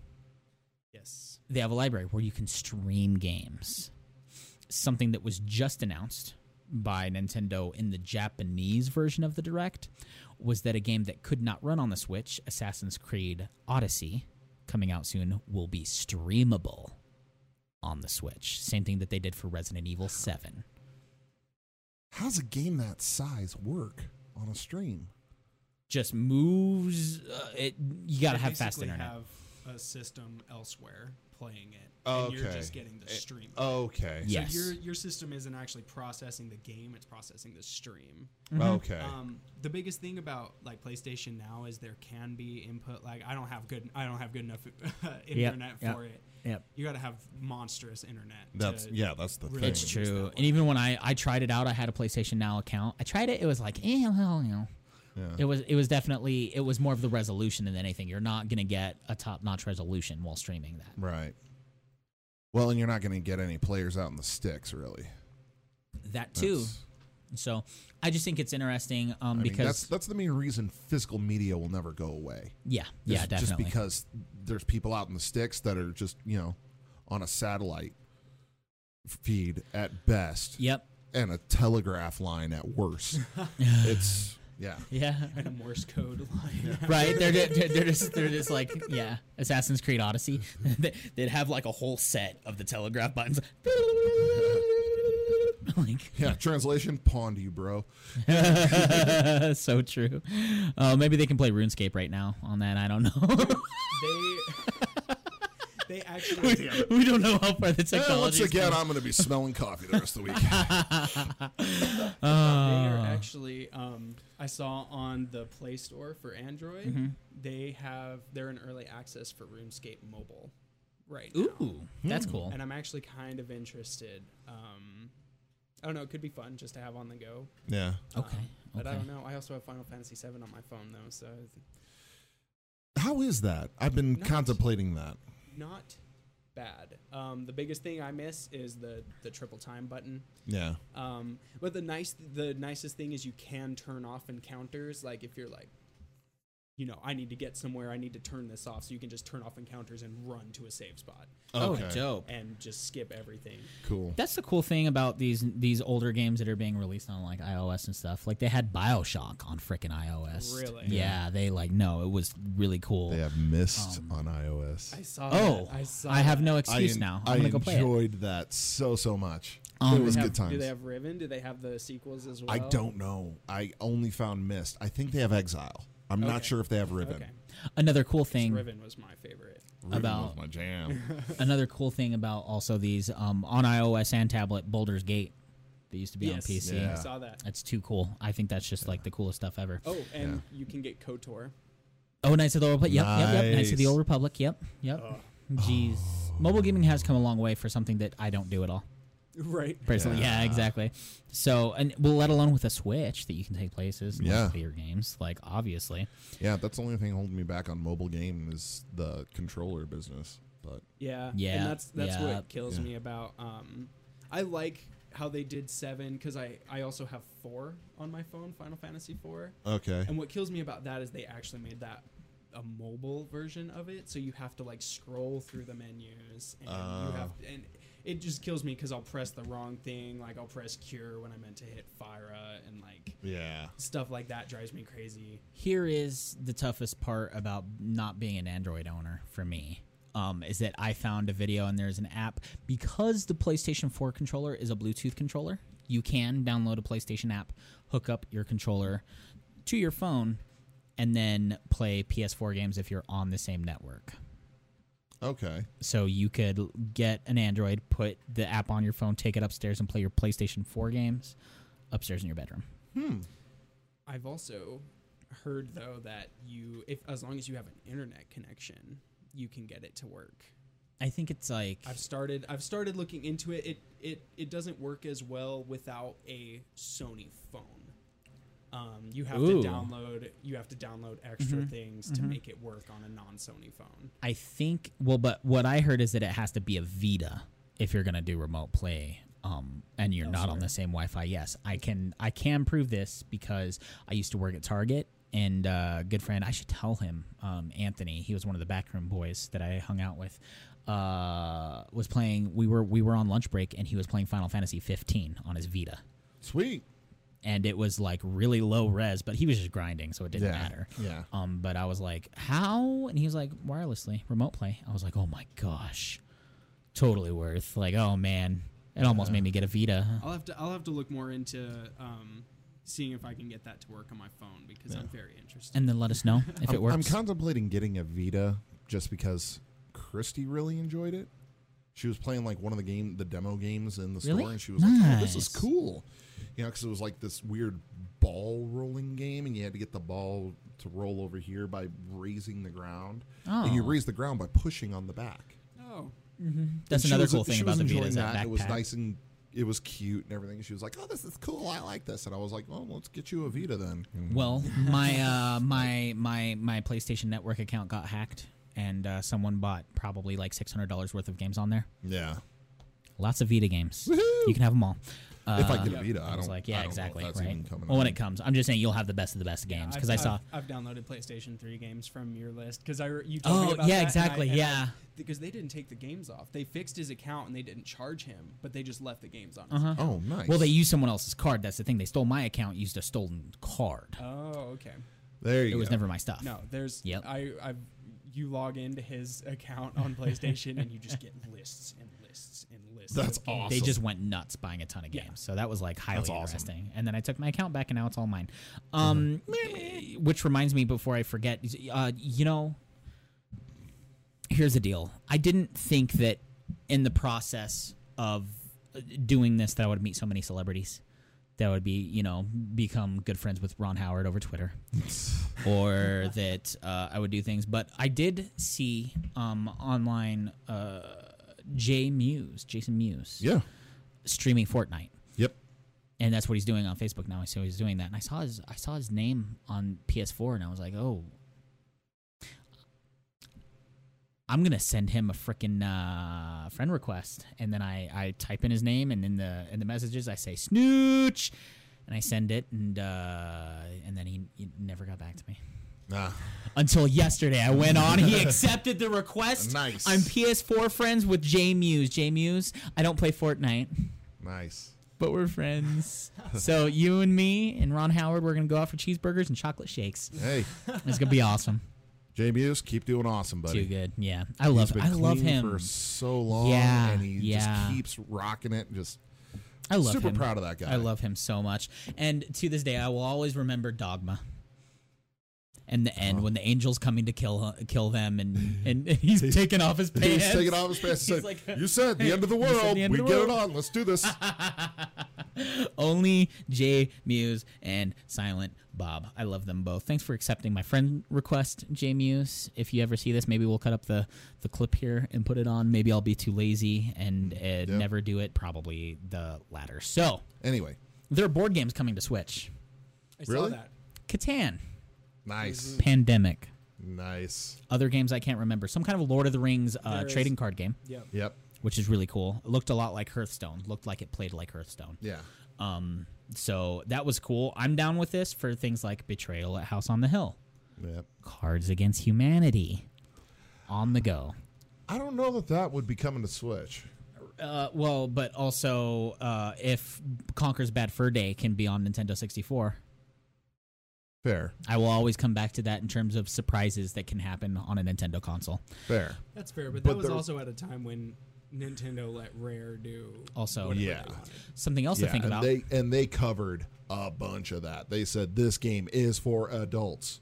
S3: Yes.
S1: They have a library where you can stream games. Something that was just announced by Nintendo in the Japanese version of the Direct was that a game that could not run on the Switch, Assassin's Creed Odyssey, coming out soon, will be streamable on the Switch. Same thing that they did for Resident Evil 7.
S2: how's a game that size work on a stream?
S1: just moves. Uh, it you gotta
S3: They
S1: have fast
S3: basically
S1: internet.
S3: Have a system elsewhere playing it,
S2: Oh,
S3: and you're just getting the stream.
S2: Okay.
S1: Yeah. yes.
S3: So your your system isn't actually processing the game; it's processing the stream.
S2: Okay.
S3: Um, the biggest thing about like PlayStation now is there can be input. Like I don't have good I don't have good enough internet
S1: yep,
S3: for it.
S1: yep.
S3: You got to have monstrous internet.
S2: that's
S3: to-
S2: yeah. That's the
S3: really
S2: thing.
S1: It's
S3: Yeah.
S1: true. And even when I I tried it out, I had a PlayStation Now account. I tried it. It was like, eh, well, you know.
S2: Yeah.
S1: It was it was definitely it was more of the resolution than anything. You're not gonna get a top notch resolution while streaming that.
S2: Right. Well, and you're not going to get any players out in the sticks, really.
S1: That too.
S2: That's-
S1: so I just think it's interesting um,
S2: I mean,
S1: because
S2: that's that's the main reason physical media will never go away.
S1: yeah yeah
S2: Just-
S1: definitely
S2: Just because there's people out in the sticks that are just you know on a satellite feed at best,
S1: yep
S2: and a telegraph line at worst. it's yeah.
S1: yeah
S3: and a Morse code line.
S1: right? They're just, they're just they're just like yeah, Assassin's Creed Odyssey. They- They'd have like a whole set of the telegraph buttons. like
S2: Yeah, translation pawned you, bro.
S1: so true. Uh, maybe they can play RuneScape right now on that. I don't know.
S3: They they actually
S1: we don't know how far
S2: And
S1: the
S2: once
S1: technology.
S2: again, I'm going to be smelling coffee the rest of the week.
S3: they are actually um, I saw on the Play Store for Android they have they're in early access for RuneScape Mobile right now.
S1: Ooh, that's cool.
S3: and I'm actually kind of interested. Um, I don't know, it could be fun just to have on the go.
S2: Yeah.
S3: Um,
S1: Okay,
S3: but I
S1: okay.
S3: don't know. I also have Final Fantasy VII on my phone though, so it's
S2: How is that? I've been
S3: Nice.
S2: contemplating that.
S3: not bad. Um, the biggest thing I miss is the the triple time button.
S2: Yeah.
S3: Um, but the nice, the nicest thing is you can turn off encounters. Like if you're like, you know, I need to get somewhere, I need to turn this off, so you can just turn off encounters and run to a save spot
S1: Oh, dope.
S3: and just skip everything.
S2: Cool.
S1: That's the cool thing about these these older games that are being released on like iOS and stuff. Like they had BioShock on frickin' iOS.
S3: Really?
S1: Yeah, they like no, it was really cool.
S2: They have missed on iOS.
S3: I saw.
S1: Oh,
S3: that. I saw.
S1: have
S3: that.
S1: no Um, excuse
S2: en-
S1: now.
S2: I
S1: I'm gonna go play it.
S2: enjoyed that so so much.
S1: Um,
S2: it was
S3: Do they
S2: good
S3: have-
S2: times.
S3: Do they have Riven? Do they have the sequels as well?
S2: I don't know. I only found Mist. I think they have Exile. I'm not
S3: Okay.
S2: sure if they have Riven.
S3: Okay,
S1: Another cool thing.
S3: Riven was my favorite.
S2: Riven
S1: About-
S2: was my jam.
S1: another cool thing about also these um, on iOS and tablet Boulder's Gate that used to be on PC.
S2: Yeah.
S3: I saw that.
S1: That's too cool. I think that's just like the coolest stuff ever.
S3: Oh, and you can get Kotor.
S1: Oh, Knights of the Old Republic. Yep, yep, yep. Knights of the
S2: Nice.
S1: Old Republic. Yep, yep.
S3: Oh.
S1: Jeez. Mobile gaming has come a long way for something that I don't do at all.
S3: Right.
S1: Personally. Yeah, exactly. So, and well, let alone with a Switch that you can take places and
S2: Yeah.
S1: like, play your games, like obviously.
S2: yeah, that's the only thing holding me back on mobile game is the controller business. But
S3: Yeah.
S1: Yeah,
S3: And that's that's
S1: yeah.
S3: what kills
S2: Yeah.
S3: me about um I like how they did 7 cuz I I also have 4 on my phone, Final Fantasy 4.
S2: okay,
S3: And what kills me about that is they actually made that a mobile version of it, so you have to like scroll through the menus and you have
S1: Oh.
S3: and it just kills me cuz I'll press the wrong thing, like I'll press cure when I meant to hit Fyra and like
S2: yeah,
S3: stuff like that drives me crazy.
S1: Here is the toughest part about not being an Android owner for me. Um, is that I found a video and there's an app because the PlayStation 4 controller is a Bluetooth controller. You can download a PlayStation app, hook up your controller to your phone, and then play PS4 games if you're on the same network.
S2: okay,
S1: So you could l- get an Android, put the app on your phone, take it upstairs, and play your PlayStation 4 games upstairs in your bedroom.
S3: I've also heard though that you if as long as you have an internet connection, you can get it to work.
S1: I think it's like
S3: I've started I've started looking into it. It it it doesn't work as well without a Sony phone. Um, you have
S1: Ooh.
S3: to download you have to download extra things to make it work on a non-Sony phone.
S1: I think well, but what I heard is that it has to be a Vita if you're gonna do remote play. Um, and you're not on the same Wi-Fi. Yes, I can. I can prove this because I used to work at Target, and uh, a good friend. I should tell him, um, Anthony. He was one of the backroom boys that I hung out with. Uh, was playing. We were we were on lunch break, and he was playing Final Fantasy 15 on his Vita,
S2: sweet.
S1: and it was like really low res, but he was just grinding, so it didn't
S2: Yeah,
S1: matter.
S2: yeah.
S1: Um, but I was like, how? And he was like, wirelessly, remote play. I was like, oh my gosh, totally worth. Like, oh man, it almost made me get a Vita.
S3: I'll have to I'll have to look more into um, seeing if I can get that to work on my phone because I'm very interested.
S1: And then let us know if
S2: I'm,
S1: it works.
S2: I'm contemplating getting a Vita just because Christy really enjoyed it. She was playing like one of the game, the demo games in the
S1: Really?
S2: store, and she was like, oh, "This is
S1: Nice.
S2: cool," you know, because it was like this weird ball rolling game, and you had to get the ball to roll over here by raising the ground, and you
S1: Oh.
S2: raise the ground by pushing on the back.
S3: Oh,
S1: That's
S2: And she
S1: another
S2: was-
S1: cool
S2: she
S1: thing about
S2: was
S1: the Vita
S2: enjoying
S1: is that,
S2: and
S1: backpack.
S2: It was nice and it was cute and everything. She was like, "Oh, this is cool. I like this," and I was like, "Well, let's get you a Vita then."
S1: Well, my uh, my my my PlayStation Network account got hacked, and uh, someone bought probably like six hundred dollars worth of games on there.
S2: yeah.
S1: Lots of Vita games.
S2: Woohoo!
S1: You can have them all. Uh,
S2: if I get a Vita,
S1: I
S2: I
S1: was
S2: don't.
S1: like,
S2: I
S1: yeah,
S2: don't know if
S1: exactly,
S2: that's
S1: right.
S2: even coming
S1: Well, when
S2: out.
S1: it comes, I'm just saying you'll have the best of the best games because I
S3: I've-
S1: saw.
S3: I've, I've downloaded PlayStation 3 games from your list because I re- you told me
S1: Oh
S3: about that,
S1: yeah,
S3: and I-
S1: exactly.
S3: and I-
S1: yeah.
S3: because they didn't take the games off. They fixed his account and they didn't charge him, but they just left the games on.
S1: Uh-huh.
S3: His
S2: Oh, nice.
S1: Well, they used someone else's card. That's the thing. They stole my account, used a stolen card.
S3: oh, okay.
S2: there you
S1: it was
S2: go.
S1: never my stuff.
S3: No, there's
S1: Yep.
S3: I I've you log into his account on PlayStation and you just get lists and lists and lists.
S2: That's
S3: of games.
S1: They
S2: Awesome.
S1: just went nuts buying a ton of
S3: Yeah.
S1: games. So that was like highly
S2: That's awesome. Mm-hmm.
S1: interesting. And then I took my account back and now it's all mine. Um, eh, Which reminds me before I forget, uh, you know, here's the deal. I didn't think that in the process of uh, doing this that I would meet so many celebrities. That would be, you know, become good friends with Ron Howard over Twitter, or that uh, I would do things. But I did see um, online uh, Jay Muse, Jason Muse,
S2: Yeah.
S1: streaming Fortnite,
S2: Yep.
S1: and that's what he's doing on Facebook now. So he's doing that, and I saw his I saw his name on PS4, and I was like, oh, I'm gonna send him a freaking uh, friend request, and then I I type in his name, and in the in the messages I say snooch, and I send it, and uh, and then he, he never got back to me
S2: Ah,
S1: until yesterday. I went on. He accepted the request.
S2: Nice.
S1: I'm PS4 friends with J Muse. J Muse. I don't play Fortnite,
S2: nice.
S1: but we're friends. so you and me and Ron Howard, we're gonna go out for cheeseburgers and chocolate shakes.
S2: Hey,
S1: It's gonna be awesome.
S2: Jay Muse, keep doing awesome, buddy.
S1: Too good. Yeah, I love.
S2: He's been
S1: I love
S2: clean
S1: him.
S2: for so long,
S1: Yeah,
S2: and he
S1: yeah.
S2: just keeps rocking it. and Just
S1: I love
S2: super
S1: him.
S2: proud of that guy.
S1: I love him so much. And to this day, I will always remember Dogma. And the
S2: Uh-huh.
S1: end when the angel's coming to kill uh, kill them, and and he's taking off his
S2: He's
S1: pants.
S2: taking off his pants.
S1: He's
S2: He's
S1: like,
S2: like, you said the end of the
S1: said the
S2: world.
S1: end of
S2: we
S1: the
S2: get
S1: world."
S2: it on. Let's do this.
S1: Only Jay Muse and Silent Bob. I love them both. Thanks for accepting my friend request, Jay Muse. If you ever see this, maybe we'll cut up the, the clip here and put it on. Maybe I'll be too lazy and uh, never do it. Probably the latter. So
S2: anyway,
S1: there are board games coming to Switch.
S3: I saw
S2: Really?
S3: that.
S1: Catan,
S2: nice,
S1: Pandemic,
S2: nice.
S1: other games I can't remember. Some kind of Lord of the Rings uh,
S3: There is-
S1: trading card game,
S3: Yep.
S2: Yep.
S1: which is really cool. It looked a lot like Hearthstone. Looked like it played like Hearthstone.
S2: Yeah.
S1: Um, so that was cool. I'm down with this for things like Betrayal at House on the Hill,
S2: Yep.
S1: Cards Against Humanity, on the go.
S2: I don't know that that would be coming to Switch.
S1: Uh, well, but also uh, if Conker's Bad Fur Day can be on Nintendo 64,
S2: Fair.
S1: I will always come back to that in terms of surprises that can happen on a Nintendo console.
S2: Fair.
S3: That's fair, but,
S2: But
S3: that was
S2: there-
S3: also at a time when Nintendo let Rare do.
S1: Also-
S3: whatever
S2: Yeah.
S3: they wanted.
S1: Something else
S2: yeah.
S1: to think
S2: and
S1: about.
S2: they and they covered a bunch of that. They said this game is for adults.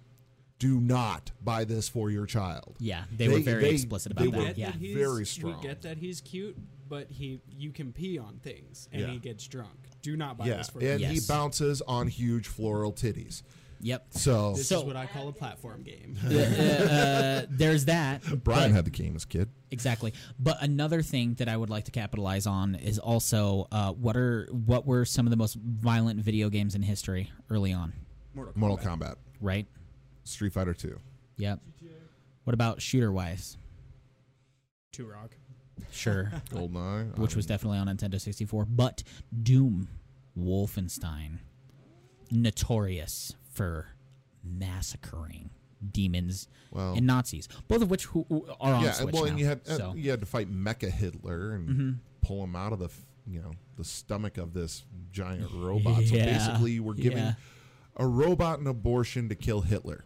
S2: Do not buy this for your child.
S1: yeah, they, were
S2: they-
S1: very
S2: they-
S1: explicit
S2: they
S1: about
S2: were
S1: that. Yeah.
S3: that he's-
S2: very strong.
S3: We get that he's cute, but he you can pee on things and
S2: Yeah.
S3: he gets drunk. Do not buy
S2: Yeah.
S3: this for
S2: And
S3: me.
S2: he
S1: Yes.
S2: bounces on huge floral titties.
S1: Yep.
S2: So
S3: This
S1: So-
S3: is what I call a platform game.
S1: Uh, there's that.
S2: Brian
S1: but-
S2: had the game as a kid.
S1: Exactly. But another thing that I would like to capitalize on is also uh, what are what were some of the most violent video games in history early on,
S2: Mortal Kombat,
S1: right?
S2: Street Fighter Two.
S1: Yep. What about shooter wise?
S3: Two Rock.
S1: Sure,
S2: Goldeneye, uh,
S1: which was definitely on Nintendo 64, but Doom, Wolfenstein, notorious for massacring demons
S2: Well-
S1: and Nazis, both of which who, who are on
S2: yeah.
S1: Switch
S2: well,
S1: now.
S2: and you had uh,
S1: so. Mm-hmm.
S2: you had to fight Mecha Hitler and pull him out of the f- you know the stomach of this giant robot. So
S1: Yeah,
S2: basically, you were giving
S1: yeah.
S2: a robot an abortion to kill Hitler.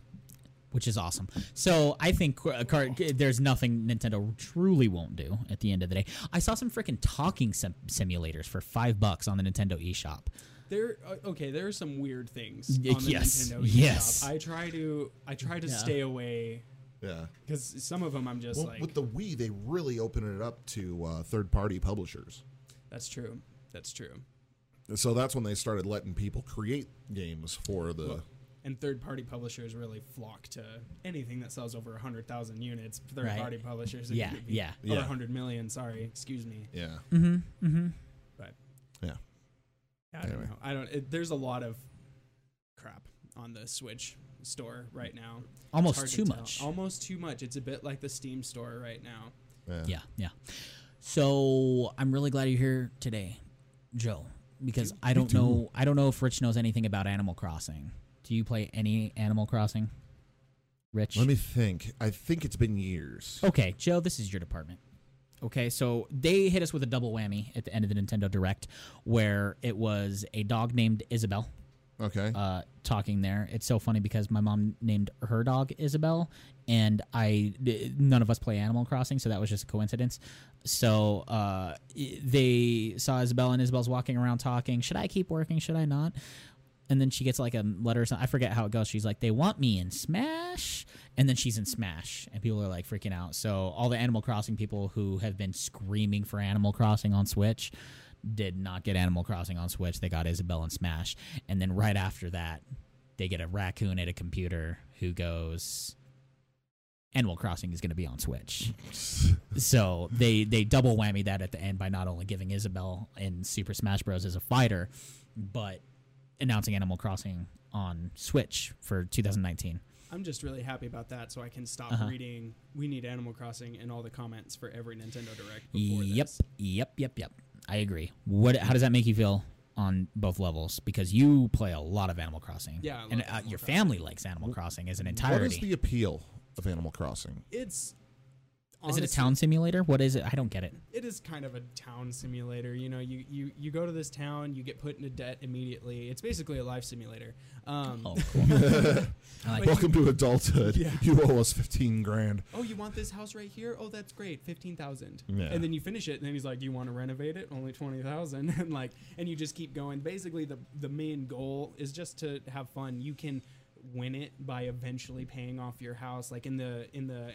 S1: which is awesome. So I think uh, car- there's nothing Nintendo truly won't do at the end of the day. I saw some freaking talking sim- simulators for five bucks on the Nintendo eShop.
S3: There, uh, okay. There are some weird things.
S1: Y-
S3: On the
S1: yes,
S3: Nintendo eShop.
S1: yes.
S3: I try to, I try to
S1: Yeah.
S3: stay away
S2: Yeah.
S3: because some of them I'm just
S2: Well,
S3: like,
S2: with the Wii, they really opened it up to uh, third-party publishers.
S3: that's true, that's true.
S2: So that's when they started letting people create games for the.
S3: And third-party publishers really flock to anything that sells over hundred thousand units. Third-party publishers, are
S1: Yeah,
S3: gonna be-
S1: yeah.
S2: Yeah.
S3: or hundred million. Sorry, excuse me,
S2: yeah.
S3: Mm-hmm, but
S2: Yeah.
S3: I don't
S2: Anyway.
S3: know. I don't. It, there's a lot of crap on the Switch store right now. It's
S1: Almost
S3: hard to
S1: too
S3: tell.
S1: much.
S3: Almost too much. It's a bit like the Steam store right now.
S2: Yeah.
S1: Yeah, yeah. So I'm really glad you're here today, Joe, because I don't know I don't know if Rich knows anything about Animal Crossing. Do you play any Animal Crossing, Rich?
S2: Let me think. I think it's been years.
S1: Okay, Joe, this is your department. Okay, so they hit us with a double whammy at the end of the Nintendo Direct where it was a dog named Isabel
S2: Okay.
S1: uh, talking there. It's so funny because my mom named her dog Isabel, and I d- none of us play Animal Crossing, so that was just a coincidence. So uh, i- they saw Isabel, and Isabel's walking around talking. Should I keep working? Should I not? And then she gets like a letter. Or something. I forget how it goes. She's like, "They want me in Smash," and then she's in Smash, and people are like freaking out. So all the Animal Crossing people who have been screaming for Animal Crossing on Switch did not get Animal Crossing on Switch. They got Isabelle and Smash. And then right after that, they get a raccoon at a computer who goes, Animal Crossing is going to be on Switch. so they, they double whammy that at the end by not only giving Isabelle in Super Smash Bros. as a fighter, but announcing Animal Crossing on Switch for 2019.
S3: I'm just really happy about that, so I can stop
S1: Uh-huh.
S3: reading. We need Animal Crossing and all the comments for every Nintendo Direct. Before
S1: Yep,
S3: this.
S1: yep, yep, yep. I agree. What? How does that make you feel on both levels? Because you play a lot of Animal Crossing.
S3: Yeah, I love
S1: and uh,
S3: Animal
S1: your
S3: Crossing.
S1: family likes Animal Crossing as an
S2: what
S1: entirety.
S2: is the appeal of Animal Crossing?
S1: is
S3: It's
S1: it a
S3: honestly-
S1: town simulator? What is it? I don't get it.
S3: It is kind of a town simulator. You know, you you you go to this town, you get put into debt immediately. It's basically a life simulator. Um,
S1: Oh, cool. I like it.
S2: Welcome to adulthood.
S3: Yeah.
S2: You owe us fifteen grand.
S3: oh, you want this house right here? Oh, that's great, fifteen thousand.
S2: Yeah.
S3: And then you finish it, and then he's like, "You want to renovate it? Only twenty thousand. And like, and you just keep going. Basically, the the main goal is just to have fun. You can win it by eventually paying off your house. Like in the in the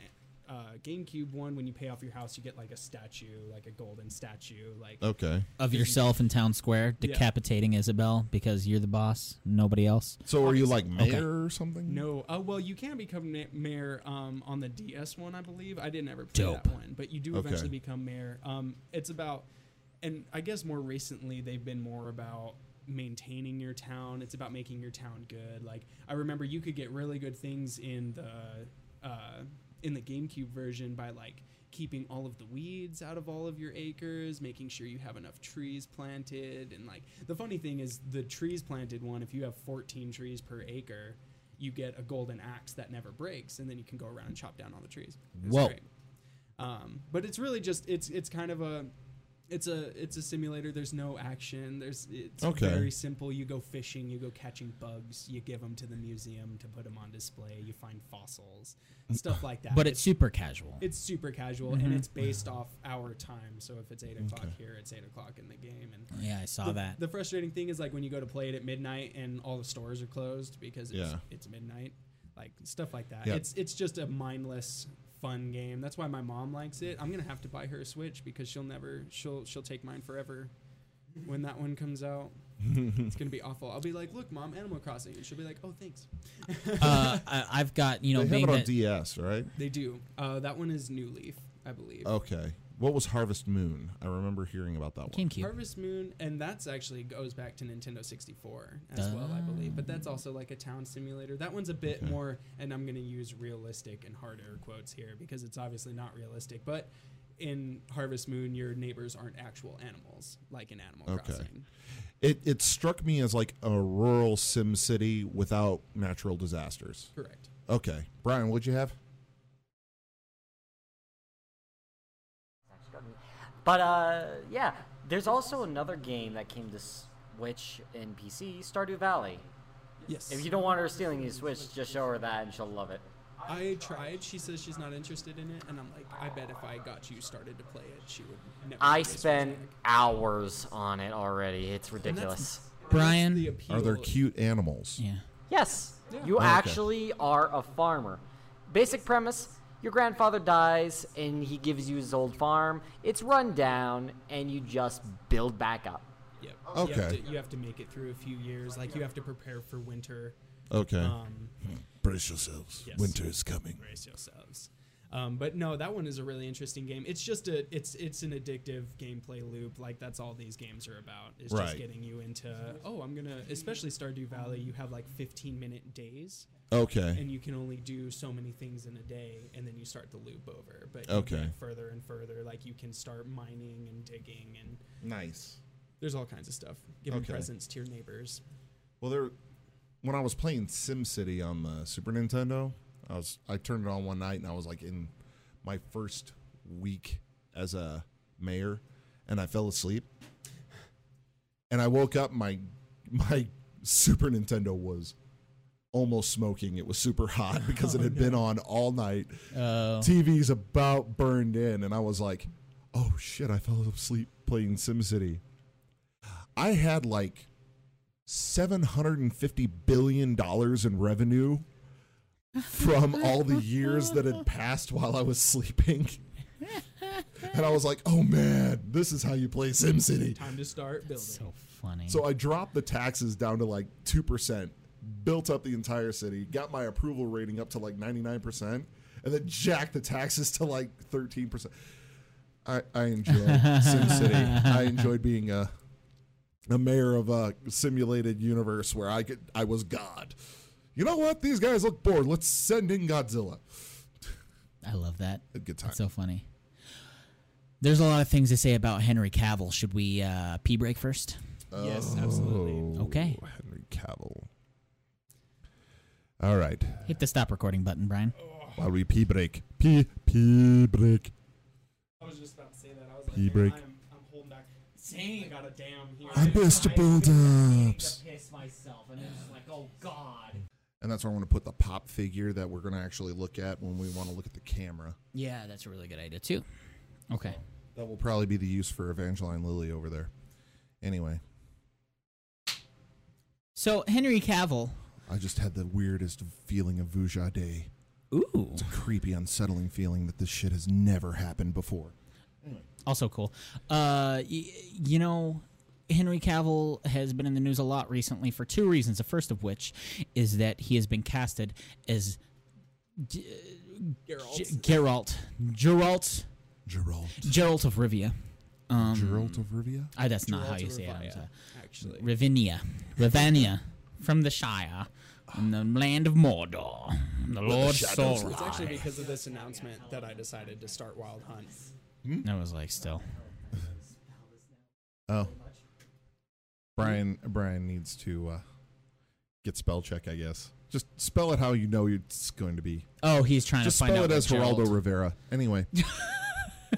S3: uh, GameCube one, when you pay off your house, you get like a statue, like a golden statue, like
S2: Okay.
S1: of yourself in town square decapitating Isabel because you're the boss, nobody else.
S2: So are you like mayor
S1: Okay.
S2: or something?
S3: No. Uh, well, you can become na- mayor um, on the DS one, I believe. I didn't ever play
S1: Dope.
S3: that one, but you do
S2: Okay.
S3: eventually become mayor. Um, it's about, and I guess more recently they've been more about maintaining your town. It's about making your town good. Like I remember, you could get really good things in the uh, in the GameCube version by like keeping all of the weeds out of all of your acres, making sure you have enough trees planted and like the funny thing is the trees planted one if you have 14 trees per acre, you get a golden axe that never breaks and then you can go around and chop down all the trees. It's
S1: Whoa.
S3: great. Um, but it's really just it's it's kind of a it's a it's a simulator. There's no action. There's it's
S2: Okay.
S3: very simple. You go fishing. You go catching bugs. You give them to the museum to put them on display. You find fossils, stuff like that.
S1: But it's super casual.
S3: It's super casual and it's based off our time. So if it's eight o'clock here, it's eight o'clock in the game. And
S1: yeah, I saw
S3: the,
S1: that.
S3: the frustrating thing is like when you go to play it at midnight and all the stores are closed because it's,
S2: Yeah.
S3: it's midnight, like stuff like that.
S2: Yeah.
S3: It's it's just a mindless fun game. That's why my mom likes it. I'm gonna have to buy her a Switch because she'll never she'll she'll take mine forever. When that one comes out, it's gonna be awful. I'll be like, "Look, mom, Animal Crossing," and she'll be like, "Oh, thanks."
S1: uh, I, I've got you know
S2: They
S1: being
S2: have it on
S1: that-
S2: DS, right?
S3: They do. Uh, that one is New Leaf, I believe.
S2: Okay. What was Harvest Moon? I remember hearing about that one.
S1: GameCube.
S3: Harvest Moon, and that's actually goes back to Nintendo 64 as well, I believe. But
S2: Ah.
S3: that's also like a town simulator. That one's a bit more, and I'm going to use realistic and hard air quotes here because it's obviously not realistic. But in Harvest Moon, your neighbors aren't actual animals like in Animal
S2: Okay.
S3: Crossing.
S2: It it struck me as like a rural sim city without natural disasters.
S3: Correct.
S2: Okay. Brian, what'd you have?
S4: But uh, yeah, there's also another game that came to Switch and PC, Stardew Valley.
S3: Yes.
S4: If you don't want her stealing your Switch, just show her that and she'll love it.
S3: I tried. She says she's not interested in it, and I'm like, I bet if I got you started to play it, she would never.
S4: I
S3: give me a Switch
S4: spent
S3: back.
S4: hours on it already. It's
S3: And that's-
S4: ridiculous.
S3: that's
S1: Brian?
S3: the
S2: Are there
S3: appeal.
S2: cute animals?
S1: yeah.
S4: Yes,
S3: Yeah.
S4: you
S2: Okay.
S4: actually are a farmer. Basic premise your grandfather dies and he gives you his old farm. It's run down and you just build back up.
S3: Yep. You have,
S2: Okay.
S3: to, you have to make it through a few years. Like you have to prepare for winter.
S2: Okay.
S3: Um,
S2: Brace yourselves.
S3: Yes.
S2: Winter is coming.
S3: brace yourselves. Um, but no, that one is a really interesting game. It's just a it's it's an addictive gameplay loop. Like that's all these games are about. It's
S2: Right.
S3: just getting you into oh, I'm gonna especially Stardew Valley. You have like 15 minute days,
S2: Okay.
S3: and you can only do so many things in a day, and then you start the loop over. But you
S2: Okay.
S3: get further and further, like you can start mining and digging, and
S2: Nice.
S3: there's all kinds of stuff. Giving
S2: Okay.
S3: presents to your neighbors.
S2: Well, there. When I was playing SimCity on the Super Nintendo, I was I turned it on one night and I was like in my first week as a mayor, and I fell asleep. And I woke up. My my Super Nintendo was almost smoking. It was super hot because it had been on all night.
S1: Oh.
S2: TV's about burned in, and I was like, "Oh shit!" I fell asleep playing SimCity. I had like seven hundred and fifty billion dollars in revenue from all the years that had passed while I was sleeping. And I was like, "Oh man, this is how you play SimCity."
S3: Time to start building.
S1: So funny.
S2: So I dropped the taxes down to like 2%, built up the entire city, got my approval rating up to like 99%, and then jacked the taxes to like 13%. I, I enjoyed SimCity. I enjoyed being a, a mayor of a simulated universe where I, could, I was God. You know what? These guys look bored. Let's send in Godzilla.
S1: I love that.
S2: A good time.
S1: That's so funny. There's a lot of things to say about Henry Cavill. Should we uh, pee break first?
S3: Yes, absolutely.
S2: Oh,
S1: Okay.
S2: Henry Cavill. All right.
S1: Hit the stop recording button, Brian.
S2: While we pee break. Pee, pee break.
S3: I was just about to say that. I was like,
S2: Pee
S3: man,
S2: break.
S3: I'm, I'm holding back. Same. I got a damn here.
S2: I missed the build-ups.
S4: piss myself, and it's like, oh god.
S2: And that's where I'm going to put the pop figure that we're going to actually look at when we want to look at the camera.
S1: Yeah, that's a really good idea too. Okay.
S2: That will probably be the use for Evangeline Lilly over there. Anyway,
S1: So Henry Cavill.
S2: I just had the weirdest feeling of Vuja Day.
S1: Ooh.
S2: It's a creepy, unsettling feeling that this shit has never happened before.
S1: Also cool. Uh, y- you know, Henry Cavill has been in the news a lot recently for two reasons. The first of which is that he has been casted as G-
S3: Geralt.
S1: Geralt, Geralt,
S2: Geralt.
S1: Geralt of Rivia. Um,
S2: Geralt of Rivia?
S1: I, that's not how
S3: Geralt
S1: you
S3: of
S1: say it. I'm
S3: Rivia,
S1: sorry.
S3: Actually.
S1: Ravinia, Ravania, from the Shire, from the land of Mordor, the Lord
S2: shadows
S1: Sauron.
S3: It's actually because of this announcement that I decided to start Wild Hunt.
S1: I was like, still.
S2: Oh. Brian Brian needs to uh, get spell check, I guess. Just spell it how you know it's going to be.
S1: Oh, he's trying
S2: Just
S1: to find
S2: spell
S1: out
S2: it as
S1: what
S2: Geraldo
S1: Geralt-
S2: Rivera. Anyway.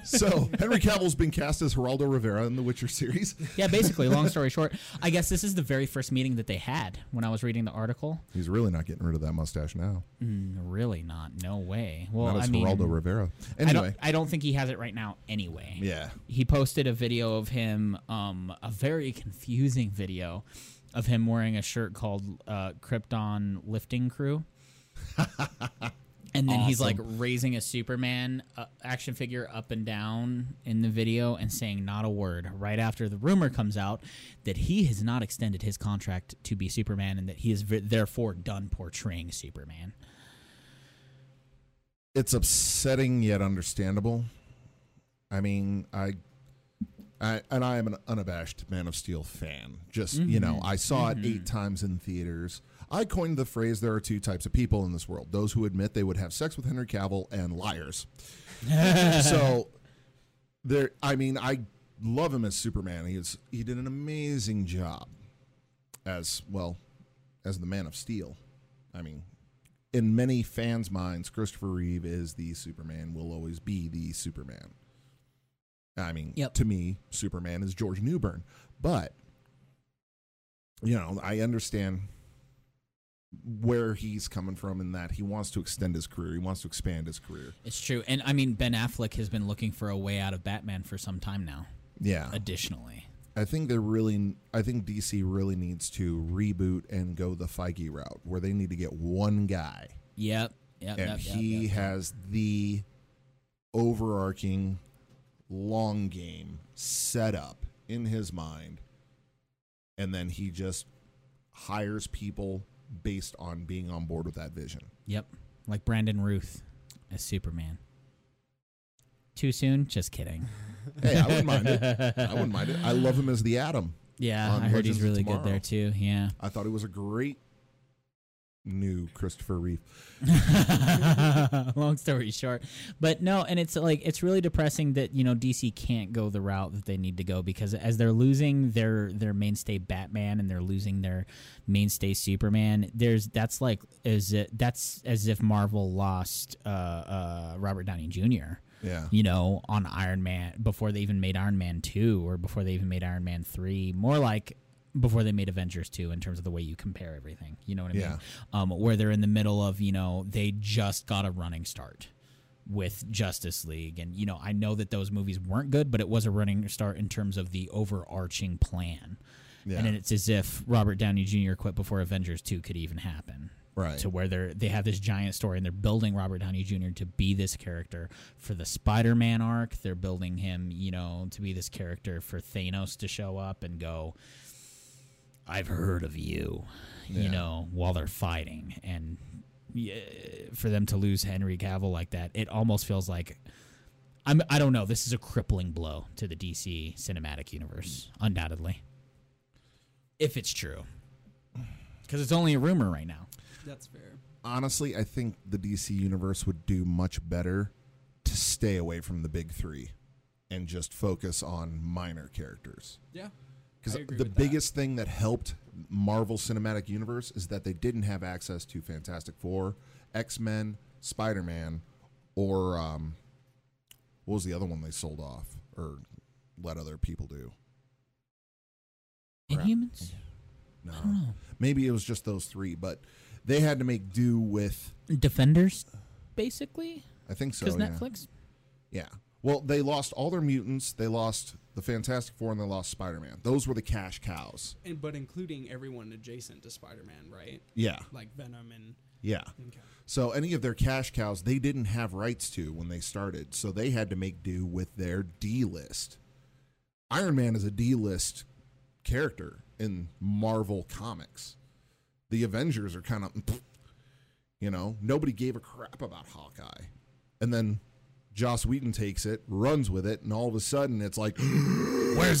S2: so Henry Cavill's been cast as Geraldo Rivera in the Witcher series.
S1: yeah, basically. Long story short, I guess this is the very first meeting that they had when I was reading the article.
S2: He's really not getting rid of that mustache now.
S1: Mm, really not. No way. Well,
S2: not
S1: I
S2: as
S1: mean,
S2: Geraldo Rivera.
S1: I don't.
S2: Anyway,
S1: I don't think he has it right now. Anyway.
S2: yeah,
S1: he posted a video of him, um, a very confusing video of him wearing a shirt called uh, Krypton Lifting Crew. and then he's like raising a Superman uh, action figure up and down in the video and saying not a word right after the rumor comes out that he has not extended his contract to be Superman and that he is v- therefore done portraying Superman.
S2: it's upsetting yet understandable. I mean, I, I and I am an unabashed Man of Steel fan. Just you
S1: Mm-hmm.
S2: know, I saw it eight times in theaters. I coined the phrase: "There are two types of people in this world: those who admit they would have sex with Henry Cavill, and liars." so there i mean i love him as superman he is he did an amazing job as well as the man of steel i mean in many fans minds christopher reeve is the superman will always be the superman i mean
S1: Yep.
S2: to me superman is george newbern but you know i understand where he's coming from in that he wants to extend his career he wants to expand his career
S1: It's true. And I mean, Ben Affleck has been looking for a way out of Batman for some time now,
S2: yeah
S1: additionally.
S2: I think they're really. I think DC really needs to reboot and go the Feige route, where they need to get one guy,
S1: Yep. Yep.
S2: and
S1: yep, yep,
S2: he
S1: yep.
S2: has the overarching long game set up in his mind, and then he just hires people based on being on board with that vision.
S1: Yep. Like Brandon Ruth as Superman. Too soon? Just kidding.
S2: Hey, I wouldn't mind it. I wouldn't mind it. I love him as the Atom.
S1: Yeah,
S2: On
S1: I heard
S2: Legends
S1: he's
S2: of
S1: really good
S2: Tomorrow.
S1: there too. Yeah.
S2: I thought he was a great new Christopher Reeve.
S1: Long story short, but no, and it's like it's really depressing that you know DC can't go the route that they need to go because as they're losing their their mainstay Batman and they're losing their mainstay Superman, there's that's like is it that's as if Marvel lost uh, uh, Robert Downey Jr.
S2: Yeah.
S1: you know, on Iron Man before they even made Iron Man 2 or before they even made Iron Man 3. More like before they made Avengers 2 in terms of the way you compare everything. You know what I
S2: Yeah.
S1: mean? Um, where they're in the middle of, you know, they just got a running start with Justice League. And, you know, I know that those movies weren't good, but it was a running start in terms of the overarching plan.
S2: Yeah.
S1: And then it's as if Robert Downey Jr. quit before Avengers 2 could even happen.
S2: Right.
S1: To where they're they have this giant story and they're building Robert Downey Jr. to be this character for the Spider Man arc. They're building him, you know, to be this character for Thanos to show up and go, I've heard of you, you
S2: Yeah.
S1: know, while they're fighting. And yeah, for them to lose Henry Cavill like that, it almost feels like I'm, I don't know. This is a crippling blow to the DC cinematic universe, undoubtedly. If it's true. Because it's only a rumor right now.
S3: That's fair.
S2: Honestly, I think the DC universe would do much better to stay away from the big three and just focus on minor characters.
S3: Yeah.
S2: Because
S3: I agree
S2: the
S3: with that.
S2: biggest thing that helped Marvel Cinematic Universe is that they didn't have access to Fantastic Four, X Men, Spider Man, or um, what was the other one they sold off or let other people do? Crap.
S1: Inhumans?
S2: No,
S1: I don't know.
S2: maybe it was just those three, but they had to make do with.
S1: Defenders, basically?
S2: I think so.
S1: Because
S2: yeah.
S1: Netflix?
S2: Yeah. Well, they lost all their mutants. They lost the Fantastic Four, and they lost Spider Man. Those were the cash cows.
S3: And but including everyone adjacent to Spider-Man, right?
S2: Yeah.
S3: Like Venom and
S2: Yeah. So any of their cash cows they didn't have rights to when they started, so they had to make do with their D list. Iron Man is a D list character in Marvel comics. The Avengers are kind of, you know, nobody gave a crap about Hawkeye, and then Joss Whedon takes it, runs with it, and all of a sudden it's like
S1: Where's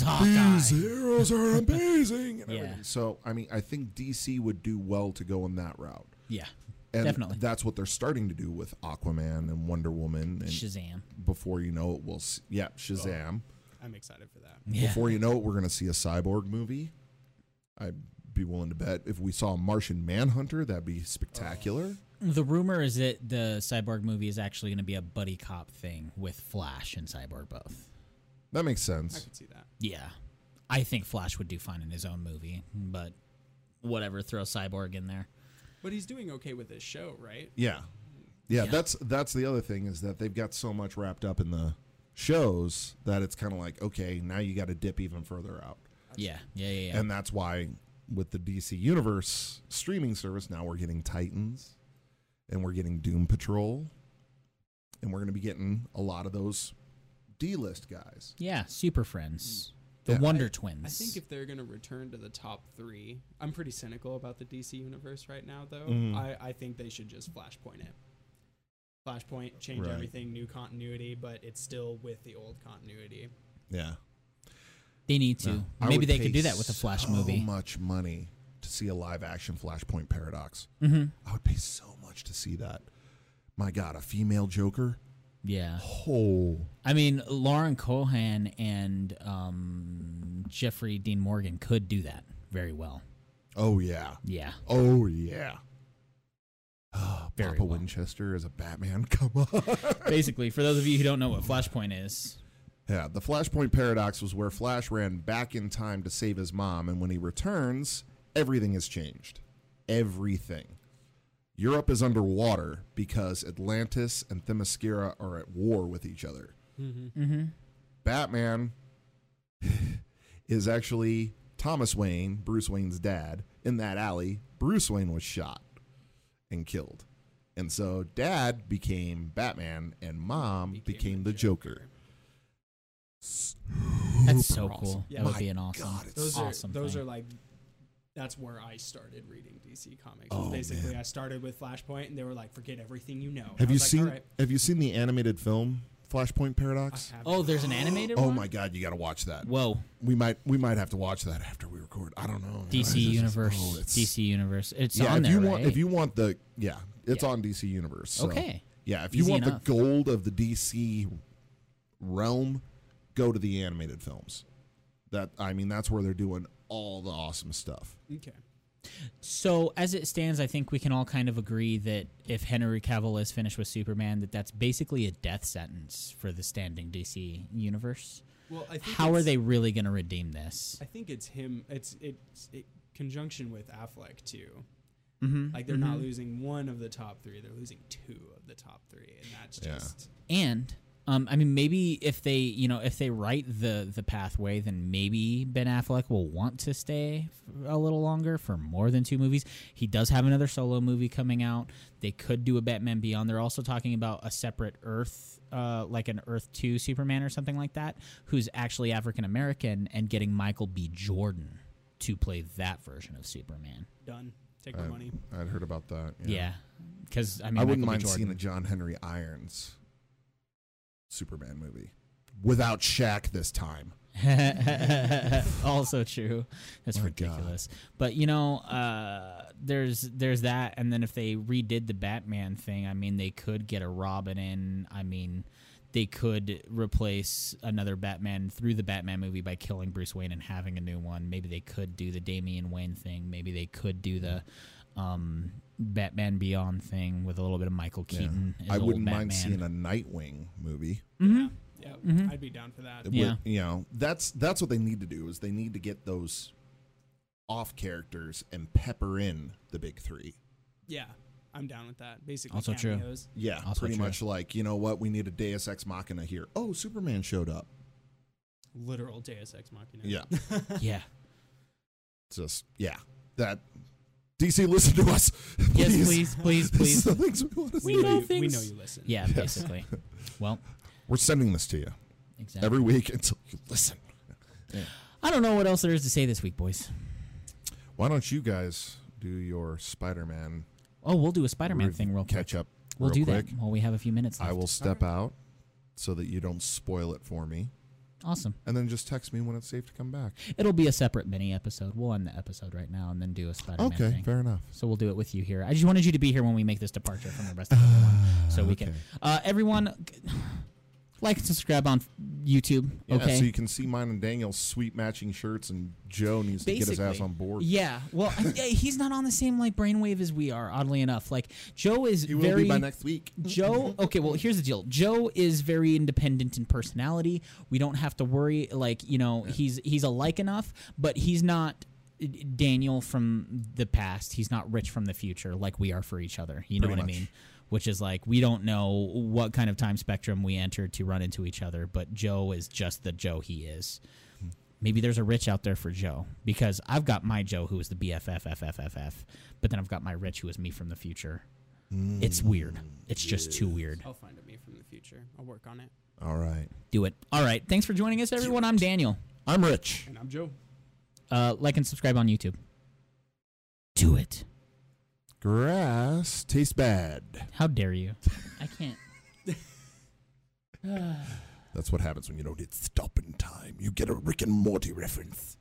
S2: these
S1: Hawkeye?
S2: heroes are amazing. And
S1: Yeah.
S2: everything. So I mean, I think DC would do well to go in that route.
S1: Yeah.
S2: And
S1: Definitely.
S2: That's what they're starting to do with Aquaman and Wonder Woman. And
S1: Shazam.
S2: before you know it, we'll see. Yeah, Shazam.
S3: I'm excited for that.
S1: Yeah.
S2: Before you know it, we're going to see a cyborg movie. I'd be willing to bet if we saw Martian Manhunter, that'd be spectacular.
S1: The rumor is that the Cyborg movie is actually going to be a buddy cop thing with Flash and Cyborg both.
S2: That makes
S3: I
S2: sense.
S3: could see that.
S1: Yeah. I think Flash would do fine in his own movie, but whatever, throw Cyborg in there.
S3: But he's doing okay with his show, right?
S2: Yeah. yeah, That's that's the other thing is that they've got so much wrapped up in the shows that it's kind of like okay, now you got to dip even further out.
S1: Yeah. Yeah, yeah, yeah.
S2: And that's why with the DC Universe streaming service, now we're getting Titans and we're getting Doom Patrol. And we're going to be getting a lot of those D list guys.
S1: yeah, Super Friends. The
S2: Yeah.
S1: Wonder
S3: I-
S1: Twins.
S3: I think if they're going to return to the top three, I'm pretty cynical about the DC universe right now, though.
S2: Mhm.
S3: I, I think they should just flashpoint it. Flashpoint, change
S2: Right.
S3: everything, new continuity, but it's still with the old continuity.
S2: Yeah.
S1: they need to.
S2: I
S1: Maybe
S2: would
S1: they
S2: pay
S1: could do that with a Flash
S2: so
S1: movie.
S2: much money to see a live action Flashpoint Paradox.
S1: hmm
S2: I would pay so much to see that. My God, a female Joker?
S1: Yeah.
S2: Oh.
S1: I mean, Lauren Cohan and um, Jeffrey Dean Morgan could do that very well.
S2: Oh, yeah.
S1: Yeah.
S2: Oh, yeah. Oh,
S1: Very
S2: Papa
S1: well.
S2: Winchester is a Batman. Come on.
S1: Basically, for those of you who don't know what Flashpoint is,
S2: Yeah, the Flashpoint paradox was where Flash ran back in time to save his mom, and when he returns, everything has changed. Everything. Europe is underwater because Atlantis and Themyscira are at war with each other.
S1: mm-hmm.
S2: Batman is actually Thomas Wayne, Bruce Wayne's dad, in that alley. Bruce Wayne was shot and killed. And so dad became Batman, and mom became, the, Joker.
S1: that's so
S3: Super awesome.
S1: cool.
S3: Yeah.
S1: That would
S2: My
S1: be an awesome.
S2: God, it's
S3: Those
S1: awesome
S3: are those
S1: thing.
S3: are like that's where I started reading DC comics.
S2: Oh,
S3: Basically,
S2: man.
S3: I started with Flashpoint, and they were like, "Forget everything you know."
S2: Have
S3: I
S2: you
S3: was like,
S2: seen
S3: "All right,
S2: Have you seen the animated film Flashpoint
S3: I
S2: Paradox?
S3: have
S1: Oh, there's an animated
S2: Oh
S1: one?
S2: my God, you got to watch that.
S1: Whoa.
S2: We might we might have to watch that after we record. I don't know. man. It's
S1: DC
S2: just-
S1: Universe.
S2: oh, it's-
S1: DC Universe. It's
S2: yeah,
S1: on
S2: if
S1: there,
S2: you
S1: right?
S2: want if you want the yeah, it's
S1: Yeah.
S2: on DC Universe. so-
S1: Okay.
S2: Yeah, if you
S1: Easy
S2: want
S1: enough.
S2: the gold of the DC realm, go to the animated films. That I mean, that's where they're doing all the awesome stuff.
S3: Okay.
S1: So as it stands, I think we can all kind of agree that if Henry Cavill is finished with Superman, that that's basically a death sentence for the standing DC universe.
S3: Well, I think
S1: How are
S3: it's-
S1: they really going to redeem this?
S3: I think it's him. It's it's it, conjunction with Affleck too.
S1: Mm-hmm.
S3: Like they're not losing one of the top three; they're losing two of the top three, and that's
S2: Yeah.
S3: just
S1: and um, I mean, maybe if they, you know, if they write the the pathway, then maybe Ben Affleck will want to stay f- a little longer for more than two movies. He does have another solo movie coming out. They could do a Batman Beyond. They're also talking about a separate Earth, uh, like an Earth Two Superman or something like that, who's actually African American and getting Michael B. Jordan to play that version of Superman.
S3: done. Take
S2: I-
S3: my money.
S2: I'd heard about that.
S1: Yeah, because I mean,
S2: I wouldn't mind
S1: Michael B. Jordan-
S2: seeing a John Henry Irons Superman movie without Shaq this time.
S1: also true. That's
S2: My God.
S1: ridiculous. But you know, uh, there's there's that, and then if they redid the Batman thing, I mean, they could get a Robin in. I mean, they could replace another Batman through the Batman movie by killing Bruce Wayne and having a new one. Maybe they could do the Damian Wayne thing. Maybe they could do the. Um, Batman Beyond thing with a little bit of Michael
S2: Yeah.
S1: Keaton. as
S2: I
S1: old
S2: wouldn't mind
S1: Batman.
S2: seeing a Nightwing movie.
S1: Mhm.
S3: Yeah, yeah I'd be down for that.
S2: With-
S1: Yeah.
S2: you know that's that's what they need to do is they need to get those off characters and pepper in the big three.
S3: Yeah, I'm down with that. Basically,
S1: Also true.
S3: cameos.
S2: Yeah,
S1: Also
S2: pretty
S1: true.
S2: much like you know what we need a Deus Ex Machina here. Oh, Superman showed up.
S3: Literal Deus Ex Machina.
S2: Yeah,
S1: Yeah.
S2: just yeah that DC listen to us.
S1: Yes, please, please,
S2: This is
S1: please.
S2: the things we want to
S3: we
S1: We
S2: see.
S1: know
S3: know, you, we
S1: things.
S3: know you listen.
S1: Yeah, basically. well,
S2: We're sending this to you
S1: exactly.
S2: every week until you listen.
S1: I don't know what else there is to say this week, boys.
S2: Why don't you guys do your Spider-Man
S1: Oh, we'll do a Spider-Man
S2: rev-
S1: thing real quick.
S2: catch up?
S1: We'll
S2: real
S1: do
S2: quick.
S1: that while we have a few minutes left.
S2: I will step out so that you don't spoil it for me,
S1: Awesome.
S2: and then just text me when it's safe to come back.
S1: It'll be a separate mini episode. We'll end the episode right now and then do a Spider-Man
S2: okay,
S1: thing.
S2: fair enough.
S1: So we'll do it with you here. I just wanted you to be here when we make this departure from the rest of everyone, so we can.
S2: Ah, okay.
S1: Uh, everyone, g- like and subscribe on YouTube.
S2: Yeah,
S1: okay.
S2: so you can see mine and Daniel's sweet matching shirts, and Joe needs to get his ass
S1: Basically.
S2: on board.
S1: yeah, well, I- yeah, he's not on the same like brainwave as we are. Oddly enough, like Joe is
S2: He will
S1: very
S2: be by next week.
S1: Joe, okay, well, here's the deal. Joe is very independent in personality. We don't have to worry like, you know, he's he's alike enough, but he's not Daniel from the past. He's not rich from the future like we are for each other. You know
S2: Pretty
S1: what
S2: much.
S1: I mean? Which is like we don't know what kind of time spectrum we enter to run into each other, but Joe is just the Joe he is. Maybe there's a Rich out there for Joe because I've got my Joe who is the BFFFFFF, but then I've got my Rich who is me from the future. It's weird. It's just too weird.
S3: I'll find a me from the future. I'll work on it.
S2: All right.
S1: Do it. All right. Thanks for joining us, everyone. I'm Daniel.
S2: I'm Rich.
S3: And I'm Joe.
S1: Uh, like and subscribe on YouTube. Do it.
S2: Grass tastes bad.
S1: How dare you? I can't.
S2: That's what happens when you don't hit stop in time. You get a Rick and Morty reference.